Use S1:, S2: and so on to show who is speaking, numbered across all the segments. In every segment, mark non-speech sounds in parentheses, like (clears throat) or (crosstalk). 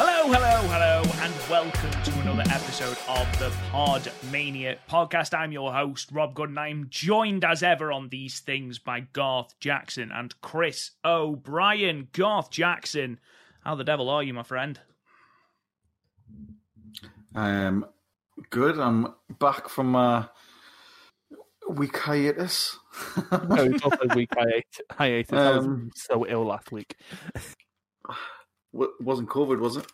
S1: Hello, hello, hello, and welcome to another episode of the Pod Mania podcast. I'm your host, Rob Gooden. I'm joined as ever on these things by Garth Jackson and Chris O'Brien. Garth Jackson, how the devil are you, my friend?
S2: I am Um, good. I'm back from my week hiatus.
S3: (laughs) I was off a week hiatus. hiatus. I was
S2: Um,
S3: so ill last week.
S2: Wa- wasn't COVID, was it? (laughs)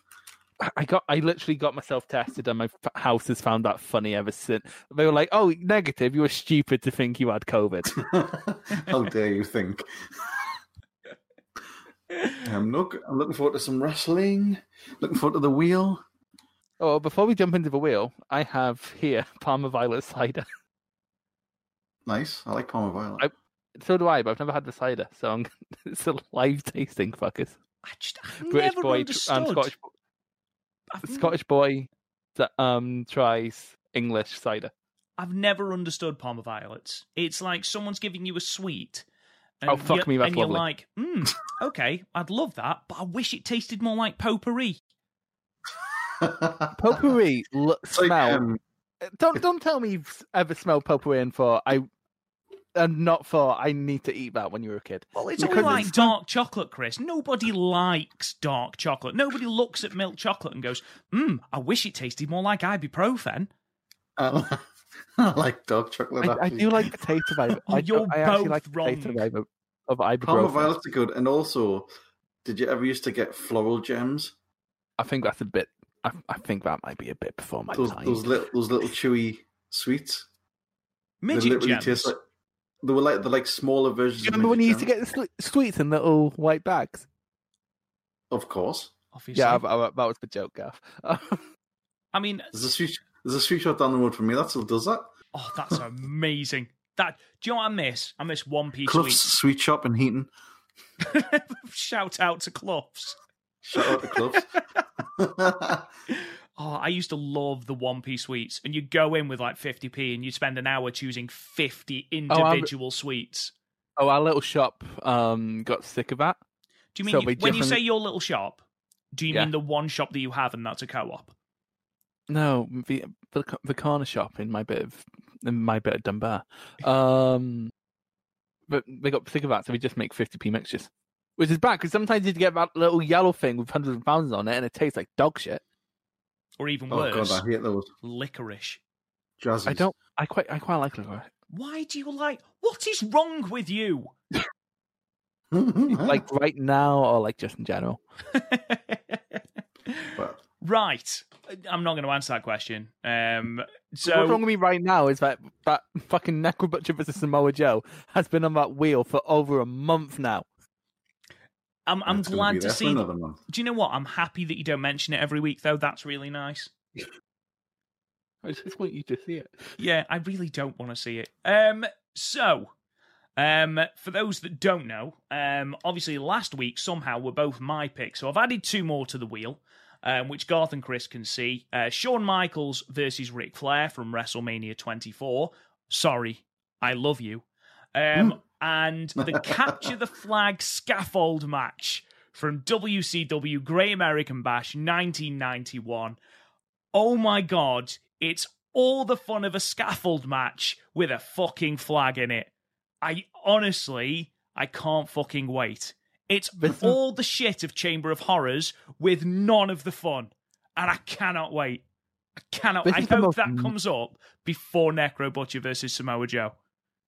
S3: I- I got, I literally got myself tested, and my f- house has found that funny ever since. They were like, "Oh, negative. You were stupid to think you had COVID."
S2: (laughs) How dare you think? I'm look. I'm looking forward to some wrestling. Looking forward to the wheel.
S3: oh, before we jump into the wheel, I have here (laughs) Palmer Violet cider. (laughs)
S2: Nice. I like Palmer Violet.
S3: I- So do I, but I've never had the cider, so I'm, (laughs) it's a live tasting, fuckers.
S1: I just i
S3: British
S1: never
S3: boy tr-
S1: understood. Hmm.
S3: and Scottish
S1: I've,
S3: Scottish boy that um tries English cider.
S1: I've never understood Palmer violets. It's like someone's giving you a sweet. And
S3: Oh, fuck
S1: you're-
S3: me, that's
S1: And you're
S3: lovely.
S1: like, hmm, okay, I'd love that, but I wish it tasted more like potpourri.
S2: (laughs)
S3: Potpourri l-
S2: It's like,
S3: smell.
S2: um,
S3: Uh, Don't don't tell me you've ever smelled potpourri and thought I and not thought I need to eat that when you were a kid.
S1: Well, it's
S3: Because
S1: all like
S3: it's
S1: dark chocolate, Chris. Nobody likes dark chocolate. Nobody looks at milk chocolate and goes, hmm, I wish it tasted more like ibuprofen.
S2: I, li- (laughs) I like dark chocolate.
S3: I, I
S2: actually.
S3: do like potato vibe. I, do-
S1: You're
S3: I actually
S1: both
S3: like the potato
S1: wrong.
S3: vibe of, of
S2: Palmer
S3: ibuprofen.
S2: Violet's are good. And also, did you ever used to get floral gems?
S3: I think that's a bit. I, I think that might be a bit before my
S2: Those
S3: time.
S2: those little those little chewy sweets. they
S1: Midget
S2: literally
S1: gems.
S2: taste like they were like they're like smaller versions.
S3: do you
S2: of
S3: remember when you
S2: midget
S3: used to
S2: gems.
S3: get the sli- sweets in little white bags?
S2: Of course.
S1: obviously.
S3: Yeah, I, I, that was the joke, Gaff.
S1: I mean,
S2: There's a sweet there's a sweet shop down the road from me that still does that.
S1: oh,
S3: (laughs)
S1: that's amazing. That do you know what I miss? I miss one piece
S2: Clough's sweet shop in Heaton.
S1: sweets. Shout out to Clough's.
S2: Shout out to (laughs) Clough's.
S1: Oh, I used to love the one p sweets, and you go in with like fifty p, and you spend an hour choosing fifty
S2: Oh,
S3: I'm-
S1: individual sweets.
S3: (laughs) oh, our little shop um got sick of that.
S1: Do you
S3: so
S1: mean you-
S3: we
S1: when you
S3: different-
S1: say your little shop? Do you
S3: Yeah.
S1: mean the one shop that you have, and that's a co-op?
S3: No, the the, co- the corner shop in my bit of in my bit of Dunbar. Um, but they got sick of that, so we just make fifty p mixtures, which is bad because sometimes you get that little yellow thing with hundreds of pounds on it, and it tastes like dog shit.
S1: Or even
S2: oh
S1: worse,
S2: god, I hate those
S1: licorice.
S2: jazzies. (laughs)
S3: I don't. I quite. I quite like licorice.
S1: Why do you like? What is wrong with you? (laughs)
S2: like
S3: Like right now, or like just in general.
S2: but
S1: right, I'm not going to answer that question. Um,
S3: What's wrong
S1: so
S3: with me right now is that that fucking Necro Butcher versus Samoa Joe has been on that wheel for over a month now.
S1: I'm, I'm
S2: it's gonna be
S1: glad to
S2: there for
S1: see.
S2: another month.
S1: Do you know what? I'm happy that you don't mention it every week, though. That's really nice.
S3: I just want you to see it.
S1: Yeah, I really don't want to see it. Um, so, um, for those that don't know, um, obviously last week somehow were both my picks, so I've added two more to the wheel, um, which Garth and Chris can see. Uh, Shawn Michaels versus Ric Flair from WrestleMania 24. Sorry, I love you. Um, and the capture the flag scaffold match from WCW Grey American Bash 1991. Oh my god, it's all the fun of a scaffold match with a fucking flag in it. I honestly, I can't fucking wait. It's
S3: This-
S1: all the shit of Chamber of Horrors with none of the fun. And I cannot wait. I cannot.
S3: This
S1: I
S3: is the
S1: hope
S3: most-
S1: that comes up before Necro Butcher versus Samoa Joe.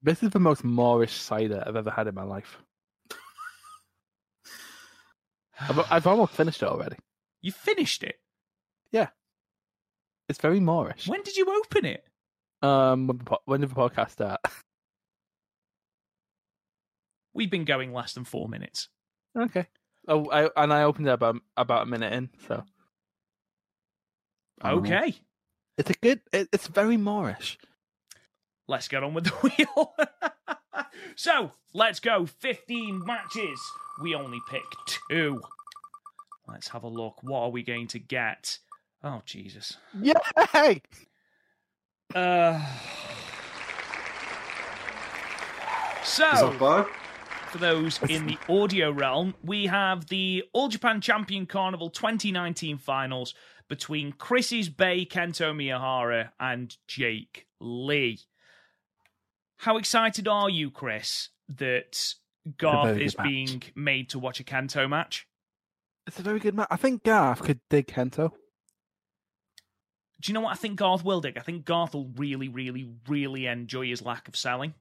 S3: This is the most Moorish cider I've ever had in my life. I've, I've almost finished it already.
S1: You finished it.
S3: It's very Moorish.
S1: When did you open it?
S3: Um, when, the po- when did the podcast start? (laughs)
S1: We've been going less than four minutes.
S3: okay. Oh, I, and I opened it about about a minute in, so
S2: I don't know.
S1: Okay,
S3: it's a good. It, it's very Moorish.
S1: let's get on with the (laughs) wheel. so let's go. 15 matches. We only pick two. Let's have a look. What are we going to get? Oh, Jesus.
S3: Yay!
S1: Uh, (sighs)
S2: Is that
S1: so,
S2: bad?
S1: for those in the audio realm, we have the All Japan Champion Carnival 2019 finals between Chris's Bay Kento Miyahara and Jake Lee. How excited are you, Chris, that Garth
S3: very
S1: is
S3: good match.
S1: being made to watch a Kanto match?
S3: It's a very good match. I think Garth could dig Kento.
S1: Do you know what I think Garth will dig? I think Garth will really, really, really enjoy his lack of selling.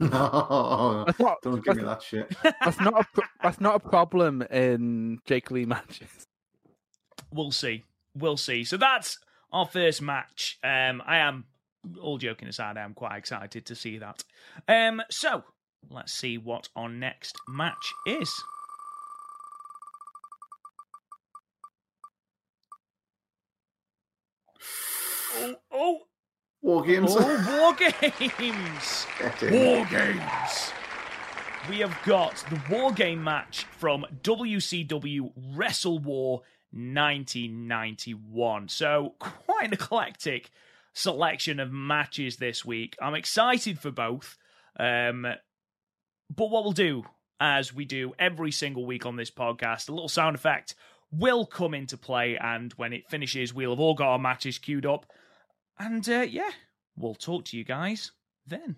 S2: No,
S3: That's not.
S2: (laughs) don't give
S3: that's,
S2: me that shit.
S3: that's not a. pro- That's not a problem in Jake Lee matches.
S1: we'll see. We'll see. So that's our first match. Um, I am all joking aside, I am quite excited to see that. Um, so let's see what our next match is. Oh, oh,
S2: War games.
S1: oh, war games.
S2: (laughs) Get in.
S1: War Games. We have got the War Game match from WCW Wrestle War 1991. So, quite an eclectic selection of matches this week. I'm excited for both. Um, but what we'll do, as we do every single week on this podcast, a little sound effect will come into play. And when it finishes, we'll have all got our matches queued up. And uh, yeah, we'll talk to you guys then.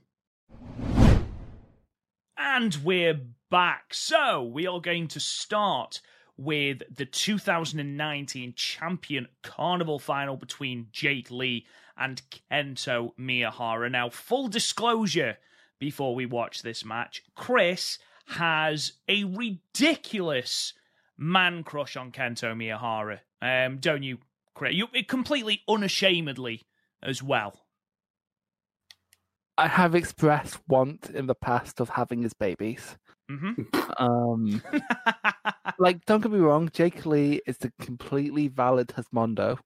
S1: And we're back. So we are going to start with the 2019 Champion Carnival final between Jake Lee and Kento Miyahara. Now, full disclosure before we watch this match, Chris has a ridiculous man crush on Kento Miyahara. Um, don't you, Chris? You completely unashamedly as well. (laughs)
S3: I have expressed want in the past of having his babies.
S1: hmm
S3: Um, like, don't get me wrong, Jake Lee is a completely valid Hasmondo,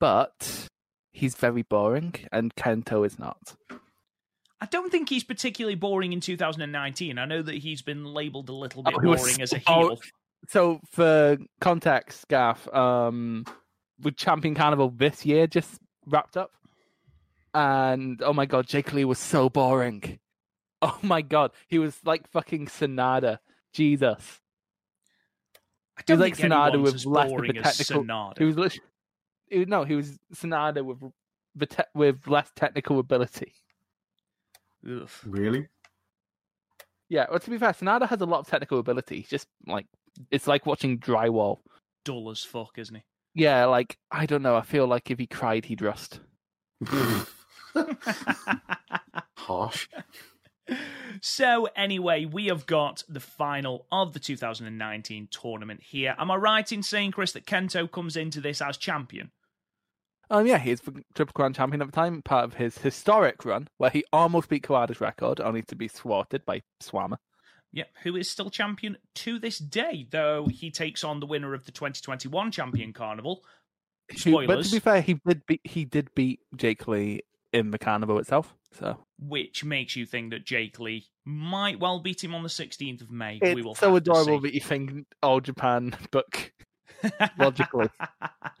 S3: but he's very boring, and Kento is not.
S1: I don't think he's particularly boring in 2019. I know that he's been labelled a little bit
S3: Oh, he was
S1: boring as a
S3: so-
S1: heel.
S3: So, for context, Gaff, um, with Champion Carnival this year just wrapped up, and oh my god, Jake Lee was so boring. (laughs) Oh my god, he was like fucking Sonada. Jesus.
S1: I don't
S3: like
S1: think
S3: Sonata
S1: anyone's
S3: with
S1: as
S3: less of
S1: boring
S3: the
S1: as
S3: technical-
S1: Sonata.
S3: He was literally, he was- no, he was Sonada with the te- with less technical ability.
S1: Oof.
S2: Really? (laughs)
S3: Yeah, well, to be fair, Sonada has a lot of technical ability. He's just like it's like watching drywall.
S1: Dull as fuck, isn't he?
S3: Yeah, like I don't know. I feel like if he cried, he'd rust.
S2: Harsh.
S1: so anyway, we have got the final of the 2019 tournament here. Am I right in saying, Chris, that Kento comes into this as champion?
S3: Um, yeah, he's the triple crown champion at the time, part of his historic run where he almost beat Kawada's record, only to be thwarted by Swama.
S1: Yep, who is still champion to this day, though he takes on the winner of the 2021 Champion Carnival.
S3: Who- But
S1: Spoilers.
S3: to be fair, he did beat he did beat Jake Lee in the carnival itself. So
S1: which makes you think that Jake Lee might well beat him on the 16th of May. we will
S3: it's so
S1: have to
S3: adorable
S1: see.
S3: that you think all Japan book logically.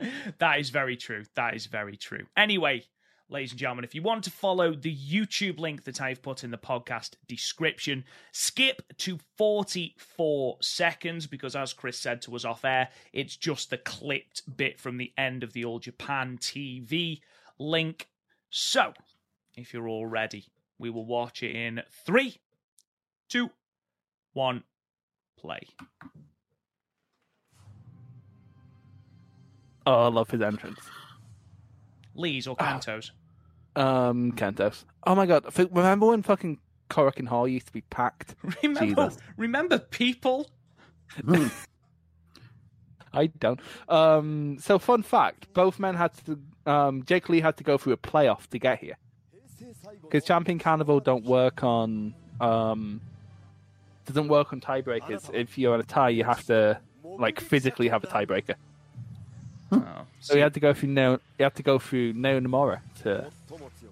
S1: (laughs) that is very true. That is very true. Anyway, ladies and gentlemen, if you want to follow the YouTube link that I've put in the podcast description, skip to 44 seconds because, as Chris said to us off air, it's just the clipped bit from the end of the All Japan TV link. So, if you're all ready, we will watch it in three, two, one, play.
S3: Oh, I love his entrance.
S1: Lee's or Kanto's?
S3: um Kentos. Oh my god! F- Remember when fucking Cork and Hall used to be packed?
S1: (laughs) Remember,
S3: Jesus.
S1: remember people?
S3: I don't. Um, so fun fact: both men had to. Um, Jake Lee had to go through a playoff to get here because Champion Carnival don't work on. Um, doesn't work on tiebreakers. If you're on a tie, you have to like physically have a tiebreaker.
S1: Oh,
S3: So he had to go through no. He had to go through no Nomura to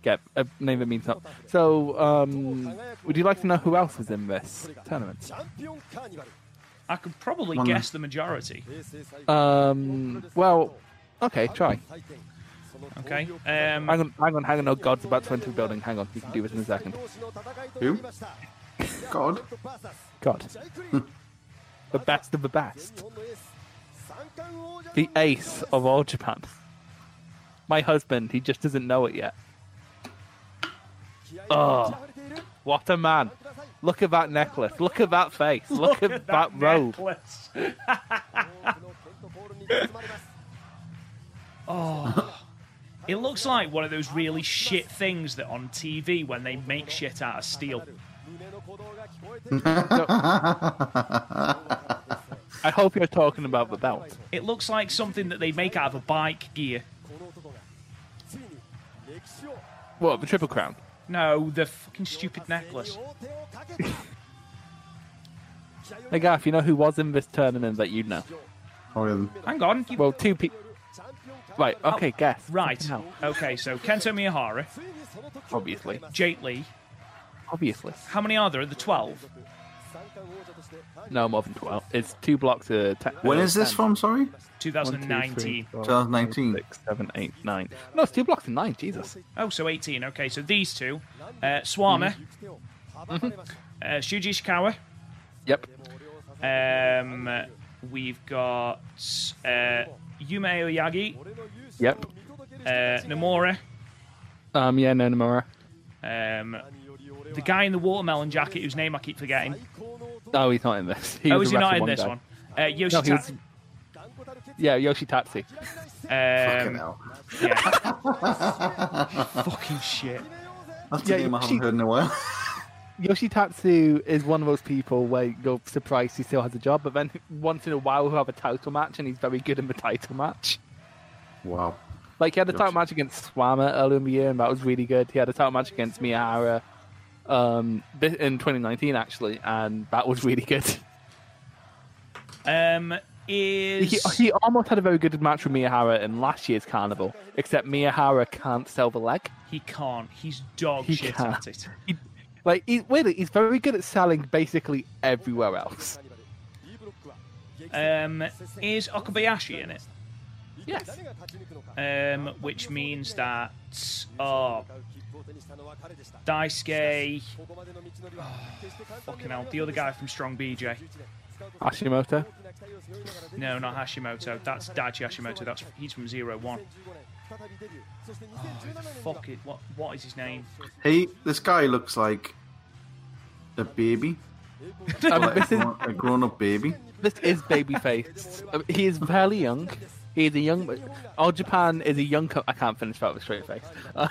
S3: get a name that means not. So, um, would you like to know who else was in this tournament?
S1: I could probably
S2: One.
S1: guess the majority.
S3: Um, well, okay, try.
S1: Okay. Um, (laughs)
S3: Hang on, hang on, hang on. Oh, God's about to enter the building. Hang on, you can do this in a second.
S2: Who? God.
S3: God, the best of the best, the ace of all Japan. My husband, he just doesn't know it yet. Oh, what a man! Look at that necklace. Look at that face. Look,
S1: (laughs)
S3: at, that, robe.
S1: necklace. It looks like one of those really shit things that on TV when they make shit out of steel.
S3: I hope you're talking about the belt.
S1: It looks like something that they make out of a bike gear.
S3: What the triple crown?
S1: No, the fucking stupid necklace.
S3: (laughs) Hey Gaff, you know who was in this tournament that you know?
S2: Probably
S1: Hang on. You...
S3: Well, two people. Right. uh, Okay, guess.
S1: Oh, right.
S3: Fucking hell.
S1: Okay, so Kento Miyahara,
S3: Obviously.
S1: Jake Lee.
S3: Obviously.
S1: How many are there? Are there 12?
S3: No, more than twelve. It's two blocks of. Te-
S2: When
S3: uh,
S2: is this
S3: 10.
S2: from? Sorry,
S3: One, two,
S1: 2019.
S3: three, four,
S2: 2019.
S3: five, six, seven, eight, nine. No, it's two blocks of nine. Jesus.
S1: Oh, so 18. Okay, so these two uh, Swame,
S3: Mm-hmm.
S1: uh, Shuji Ishikawa.
S3: Yep.
S1: Um, we've got uh, Yume Oyagi,
S3: Yep.
S1: uh, Nomura,
S3: Um. Yeah. No. Nomura.
S1: um, the guy in the watermelon jacket whose name I keep forgetting.
S3: Oh, he's not in this. (laughs) He
S1: Oh,
S3: was
S1: is
S3: the
S1: he not
S3: wrestler
S1: in this
S3: guy.
S1: one? Uh,
S3: No, he
S1: Yoshita.
S3: was. Yeah, Yoshitatsu.
S2: Fucking
S1: Um,
S2: hell.
S1: yeah.
S2: (laughs)
S1: Fucking shit.
S2: That's
S3: yeah,
S2: a name I haven't
S3: she-
S2: heard in a
S3: (laughs)
S2: while.
S3: Yoshitatsu is one of those people where you're surprised he still has a job, but then once in a while he'll have a title match and he's very good in the title match.
S2: wow.
S3: Like he had a title
S2: Yoshi-
S3: match against Swama earlier in the year, and that was really good. He had a title match against Miyahara um, thi- in 2019, actually, and that was really good. (laughs)
S1: Um,
S3: He,
S1: is
S3: he (laughs) almost had a very good match with Miyahara in last year's carnival, except Miyahara can't sell the leg.
S1: he can't. He's dog
S3: He
S1: shit
S3: can't.
S1: at it.
S3: He, like he, weirdly, he's very good at selling basically everywhere else.
S1: Um, is Okabayashi in it?
S3: Yes.
S1: Um, which means that oh, Daisuke, Oh, fucking hell, the other guy from Strong BJ.
S3: Hashimoto.
S1: No, not Hashimoto. That's Daichi Hashimoto. That's he's from Zero One. Fuck it. What what is his name?
S2: Hey, this guy looks like
S1: (laughs)
S2: a baby,
S3: Um,
S2: like a
S3: this is
S2: grown- a grown-up baby.
S3: this is babyface. (laughs) Um, he is fairly young. He is a young. All Japan is a young. Co- I can't finish that with straight face.
S1: Um,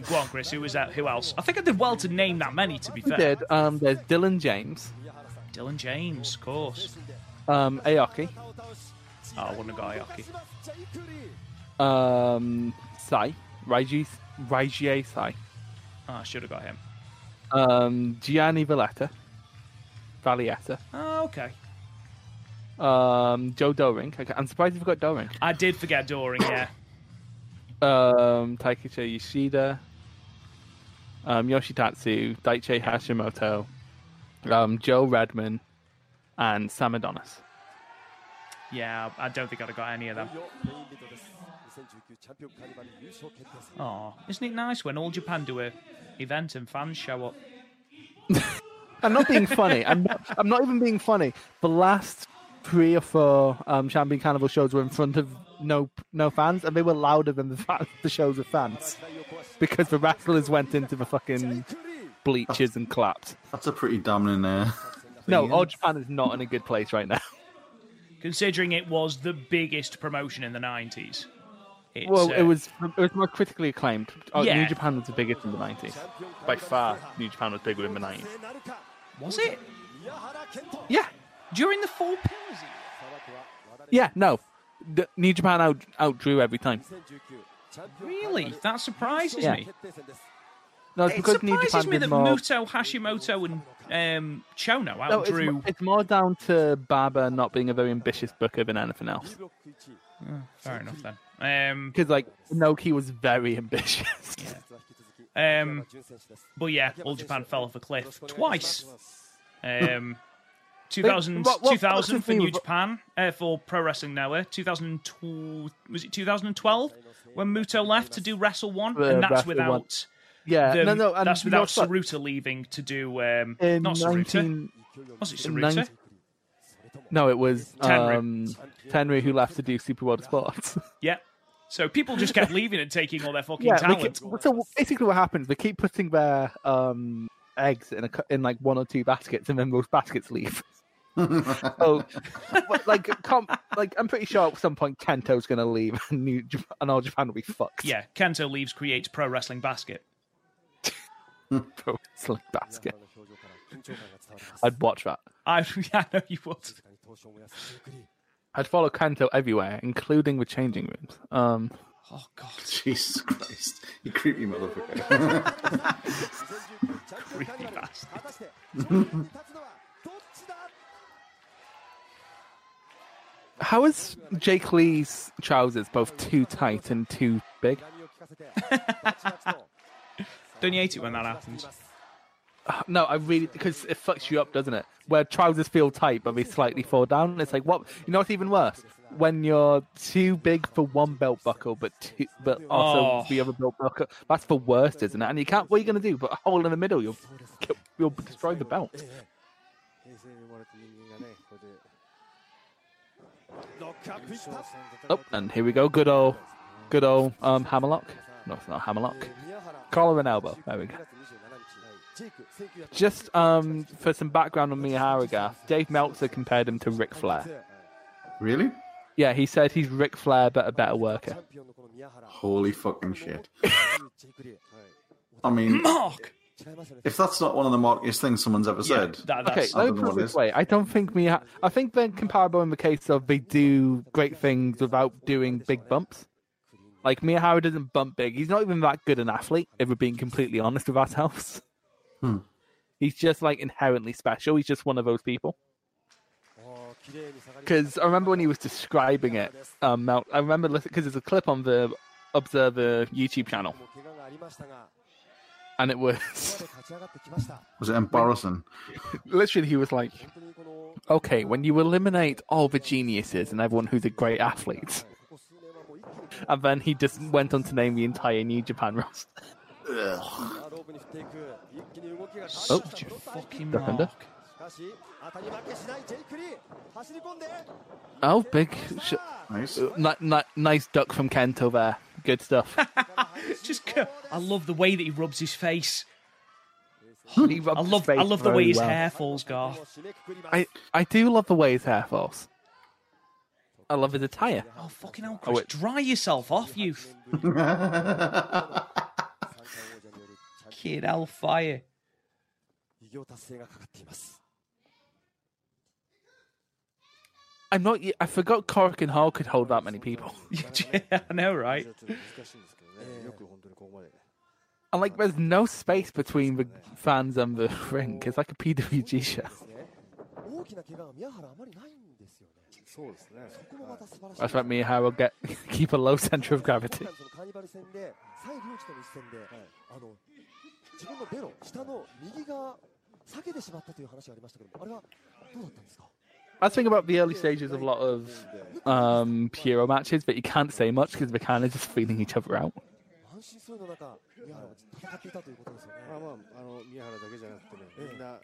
S1: go on, Chris. Who was that? Who else? I think I did well to name that many. To be
S3: He
S1: fair,
S3: did. Um, there's Dylan James,
S1: Dylan James, of course.
S3: um, Aoki,
S1: Oh, I wouldn't have got Aoki.
S3: um, Sai, Raiji, Raiji Sai,
S1: Oh, I should have got him.
S3: um, Gianni Valletta, Valletta,
S1: Oh, okay.
S3: um, Joe Doring. Okay, I'm surprised you forgot Doring.
S1: I did forget Doring. Yeah.
S3: Um, Taikeshi Yoshida, um, Yoshitatsu, Daichi Hashimoto, um, Joe Redman, and Sam Adonis.
S1: Yeah. I don't think I'd have got any of them. Oh, isn't it nice when all Japan do a event and fans show up?
S3: I'm not being funny. I'm not, I'm not even being funny. The last three or four um, Champion Carnival shows were in front of no no fans, and they were louder than the, fa- the shows with fans because the wrestlers went into the fucking bleachers and clapped.
S2: That's a pretty damning. Uh, (laughs)
S3: No, All Japan is not in a good (laughs) place right now.
S1: Considering it was the biggest promotion in the nineties. It's,
S3: Well, it
S1: uh,
S3: was it was more critically acclaimed. Oh,
S1: Yeah.
S3: New Japan was the biggest in the nineties by far. New Japan was bigger in the nineties.
S1: was it
S3: Yeah,
S1: during the Four Pillars? era?
S3: yeah, no, the, New Japan out outdrew every time.
S1: Really, that surprises
S3: Yeah.
S1: me.
S3: No, it's
S1: It
S3: because New
S1: surprises
S3: Japan
S1: me
S3: did
S1: that
S3: more.
S1: Muto, Hashimoto, and um, Chono
S3: no, it's,
S1: outdrew.
S3: mo- it's more down to Barber not being a very ambitious booker than anything else.
S1: Fair enough then. Um,
S3: Because like Noki was very (laughs) ambitious.
S1: um, but yeah, All Japan fell off a cliff twice. Um, 2000,
S3: What- what-
S1: 2000
S3: what's
S1: for
S3: the
S1: New
S3: thing with-
S1: Japan uh, for Pro Wrestling eh? Noah. 2002 was it 2012 when Muto left to do Wrestle One,
S3: Uh,
S1: and that's
S3: Wrestle
S1: without
S3: One. yeah,
S1: the-
S3: no, no, and
S1: that's
S3: you
S1: without
S3: know what?
S1: Saruta leaving to do um,
S3: In
S1: not Saruta.
S3: 19
S1: Was it
S3: in
S1: Saruta?
S3: 19 No, it was
S1: Tenru.
S3: um, Tenru who left to do Super World of Sports.
S1: Yeah. So people just kept leaving and taking all their fucking
S3: (laughs) yeah, they
S1: talent.
S3: keep, so basically what happens, they keep putting their um, eggs in a, cu- in like one or two baskets, and then those baskets leave. so, but, like, com- like I'm pretty sure at some point Kento's going to leave, and New Jap- and all Japan will be fucked. (laughs)
S1: Yeah, Kento leaves, creates Pro Wrestling Basket. (laughs)
S3: it's like basket.
S4: (laughs)
S3: I'd watch that.
S1: I, I know you would.
S3: I'd follow Kento everywhere, including the changing rooms. Um,
S1: Oh God,
S2: Jesus Christ, you creepy motherfucker. (laughs)
S1: creepy bastard.
S3: how is Jake Lee's trousers both too tight and too big?
S4: (laughs)
S1: Don't you hate it when that happens?
S3: No, I really because it fucks you up, doesn't it? Where trousers feel tight but they slightly fall down. It's like what? You know what's even worse? When you're too big for one belt buckle, but too, but also
S1: Oh.
S3: the other belt buckle. That's the worst, isn't it? And you can't. What are you gonna do? But a hole in the middle, you'll you'll destroy the belt. Oh, and here we go. Good old, good old um hammerlock. No, it's not hammerlock. Collar and elbow. There we go. Just um for some background on Mia Harriga, Dave Meltzer compared him to Ric Flair.
S2: really?
S3: Yeah, he said he's Ric Flair but a better worker.
S2: Holy fucking
S4: (laughs)
S2: shit. I mean,
S1: Mark.
S2: if that's not one of the markiest things someone's ever
S1: Yeah,
S2: said,
S1: that,
S3: Okay,
S1: that's,
S2: I
S3: let
S2: don't
S3: me
S2: know
S3: put it
S2: what it
S3: this
S2: is.
S3: way. I don't think we. Ha- I think they're comparable in the case of they do great things without doing big bumps. Like Miyahara doesn't bump big. He's not even that good an athlete. If we're being completely honest with ourselves,
S2: Hmm.
S3: he's just like inherently special. He's just one of those people. Because I remember when he was describing it, um, Mel- I remember because there's a clip on the Observer YouTube channel, and it was (laughs)
S2: was it embarrassing?
S3: literally he was like, okay, when you eliminate all the geniuses and everyone who's a great athlete, and then he just went on to name the entire New Japan roster. Oh.
S1: such a fucking
S3: Duck under.
S1: mark.
S3: Oh, big, sh-
S2: Nice.
S3: ni- ni- nice duck from Kento there. Good
S1: (laughs)
S3: stuff.
S1: Just, c- I love the way that he rubs his face.
S3: He rubbed
S1: I
S3: his
S1: love, I
S3: face
S1: love the
S3: very
S1: way his
S3: well.
S1: hair falls, Garth.
S3: I I do love the way his hair falls. I love his attire.
S1: Oh fucking hell,
S3: Oh,
S1: Chris!
S3: wait.
S1: dry yourself off, you fucking hellfire.
S3: I'm not. y- I forgot Cork and Hall could hold that many people. (laughs)
S1: yeah, (laughs) I know, right?
S3: And like, there's no space between the fans and the (laughs) ring. It's like a PWG show. That's like me how I'll get (laughs) keep a low center of gravity.
S4: そのカーニバル戦で、蔡良治との一戦で、あの自分のベロ、下の右が下げてしまったという話がありましたけども、あれはどうだったんですか
S3: I think about the early stages of a lot of um, Pyro matches, but you can't say much because they're kind of just feeling each other out.
S4: 安心そうの中、宮原は戦っていたということですよね。
S5: まあまあ、あの宮原だけじゃなくてね、みんな、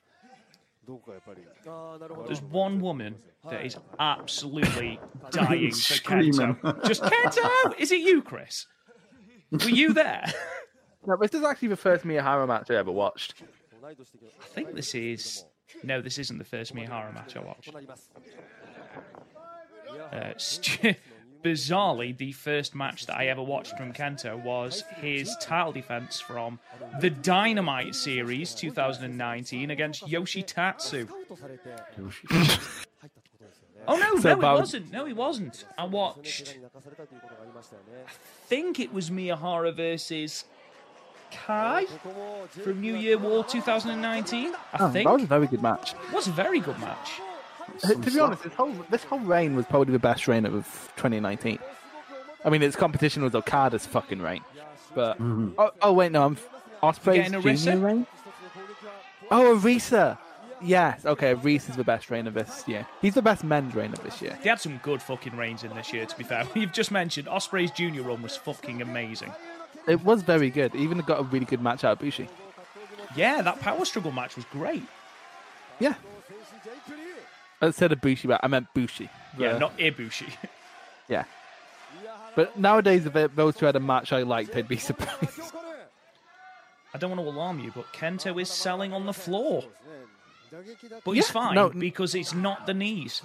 S5: どこかやっぱり、
S4: ああ、なるほど。
S1: There's one woman that is
S3: (laughs)
S1: absolutely dying for
S2: Screaming.
S1: Kento. Just Kento! Is it you, Chris? Were you
S3: (laughs)
S1: there?
S3: Now, this is actually the first Miyahara match I ever watched.
S1: I think this is. No, this isn't the first Miyahara match I watched. Uh, Stu... (laughs) bizarrely, the first match that I ever watched from Kento was his title defense from the Dynamite series 2019 against Yoshitatsu.
S4: スカウトされて入ったってことですよね。
S1: Oh no,
S3: So
S1: no,
S3: about-
S1: he wasn't. No, he wasn't. I
S4: その怪
S1: watched.
S4: 我に泣かされたということがありましたよね。
S1: Think it was Miyahara versus Kai
S4: ここも十分
S1: from New Year War 2019. I
S3: Oh,
S1: think
S3: that was a very good match.
S1: It was a very good match.
S3: Uh, to be honest, this whole this whole reign was probably the best reign of 2019. I mean, its competition was Okada's fucking reign, but oh, oh wait, no, I'm Osprey's
S1: Getting Arisa?
S3: junior reign. Oh, Arisa. Yes, okay, Arisa's the best reign of this year. He's the best men's reign of this year.
S1: They had some good fucking reigns in this year, to be fair. (laughs) You've just mentioned Osprey's junior run was fucking amazing.
S3: It was very good. Even got a really good match out of Bushi.
S1: Yeah, that power struggle match was great.
S3: Yeah. I said a Bushi, but I meant Bushi.
S1: Yeah,
S3: The-
S1: not Ibushi. (laughs)
S3: yeah. But nowadays, if those two had a match I liked, I'd be (laughs) surprised.
S1: I don't want to alarm you, but Kento is selling on the floor. But he's
S3: Yeah,
S1: fine
S3: no-
S1: because it's not the knees.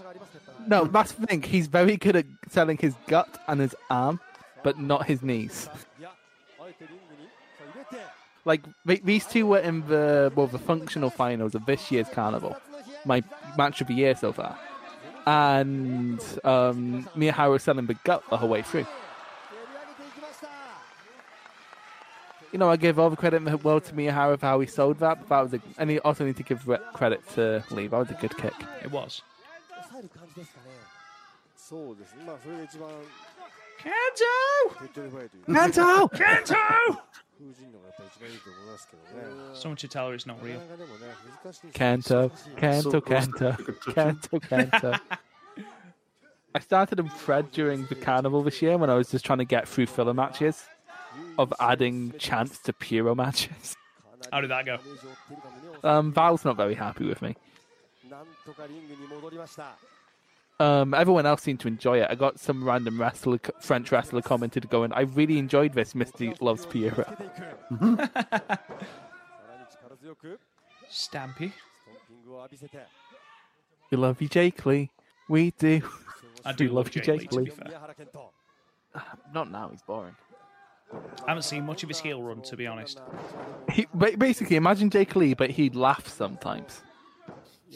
S3: No, that's the thing. He's very good at selling his gut and his arm, but not his knees.
S4: いや、あえてリングにさあ入れて。
S3: Like th- these two were in the well, the functional finals of this year's carnival, my match of the year so far, and um, Miyahara was selling the gut the whole way through. You know, I give all the credit in the world to Miyahara for how he sold that, but that was a, and you also need to give re- credit to Lee. That was a good kick.
S1: It was.
S4: 抑える感じですかね。
S5: そうですね。まあそれが一番
S1: Kento!
S5: 手っ取り早いというか
S3: Kanto!
S1: Kento!
S5: 封じるのがやっぱ一番いいと思いますけどね。
S1: Someone should tell her it's not
S5: な
S1: real.
S5: かなかでもね難しいんですよ。
S3: Kanto, Kanto, Kanto, Kanto, Kanto. I started in Fred during the carnival this year when I was just trying to get through filler matches of adding chance to Puro matches. (laughs)
S1: How did that go?
S4: ダメージを負っているか胸を
S3: Um, Val's not very happy with me.
S4: なんとかリングに戻りました。
S3: Um, everyone else seemed to enjoy it. I got some random wrestler, French wrestler commented going, I really enjoyed this. Misty
S1: (laughs)
S3: loves Puro.
S4: 出ていく。さらに力強く
S1: Stampy.
S4: ストンピングを浴びせて。
S3: We love you, Jake Lee. We do.
S1: I do love Jake Lee, to be fair.
S4: 宮原健人。
S3: Not now, he's boring.
S1: I haven't seen much of his heel run, to be honest.
S3: He, ba- basically, imagine Jake Lee, but he'd laugh sometimes.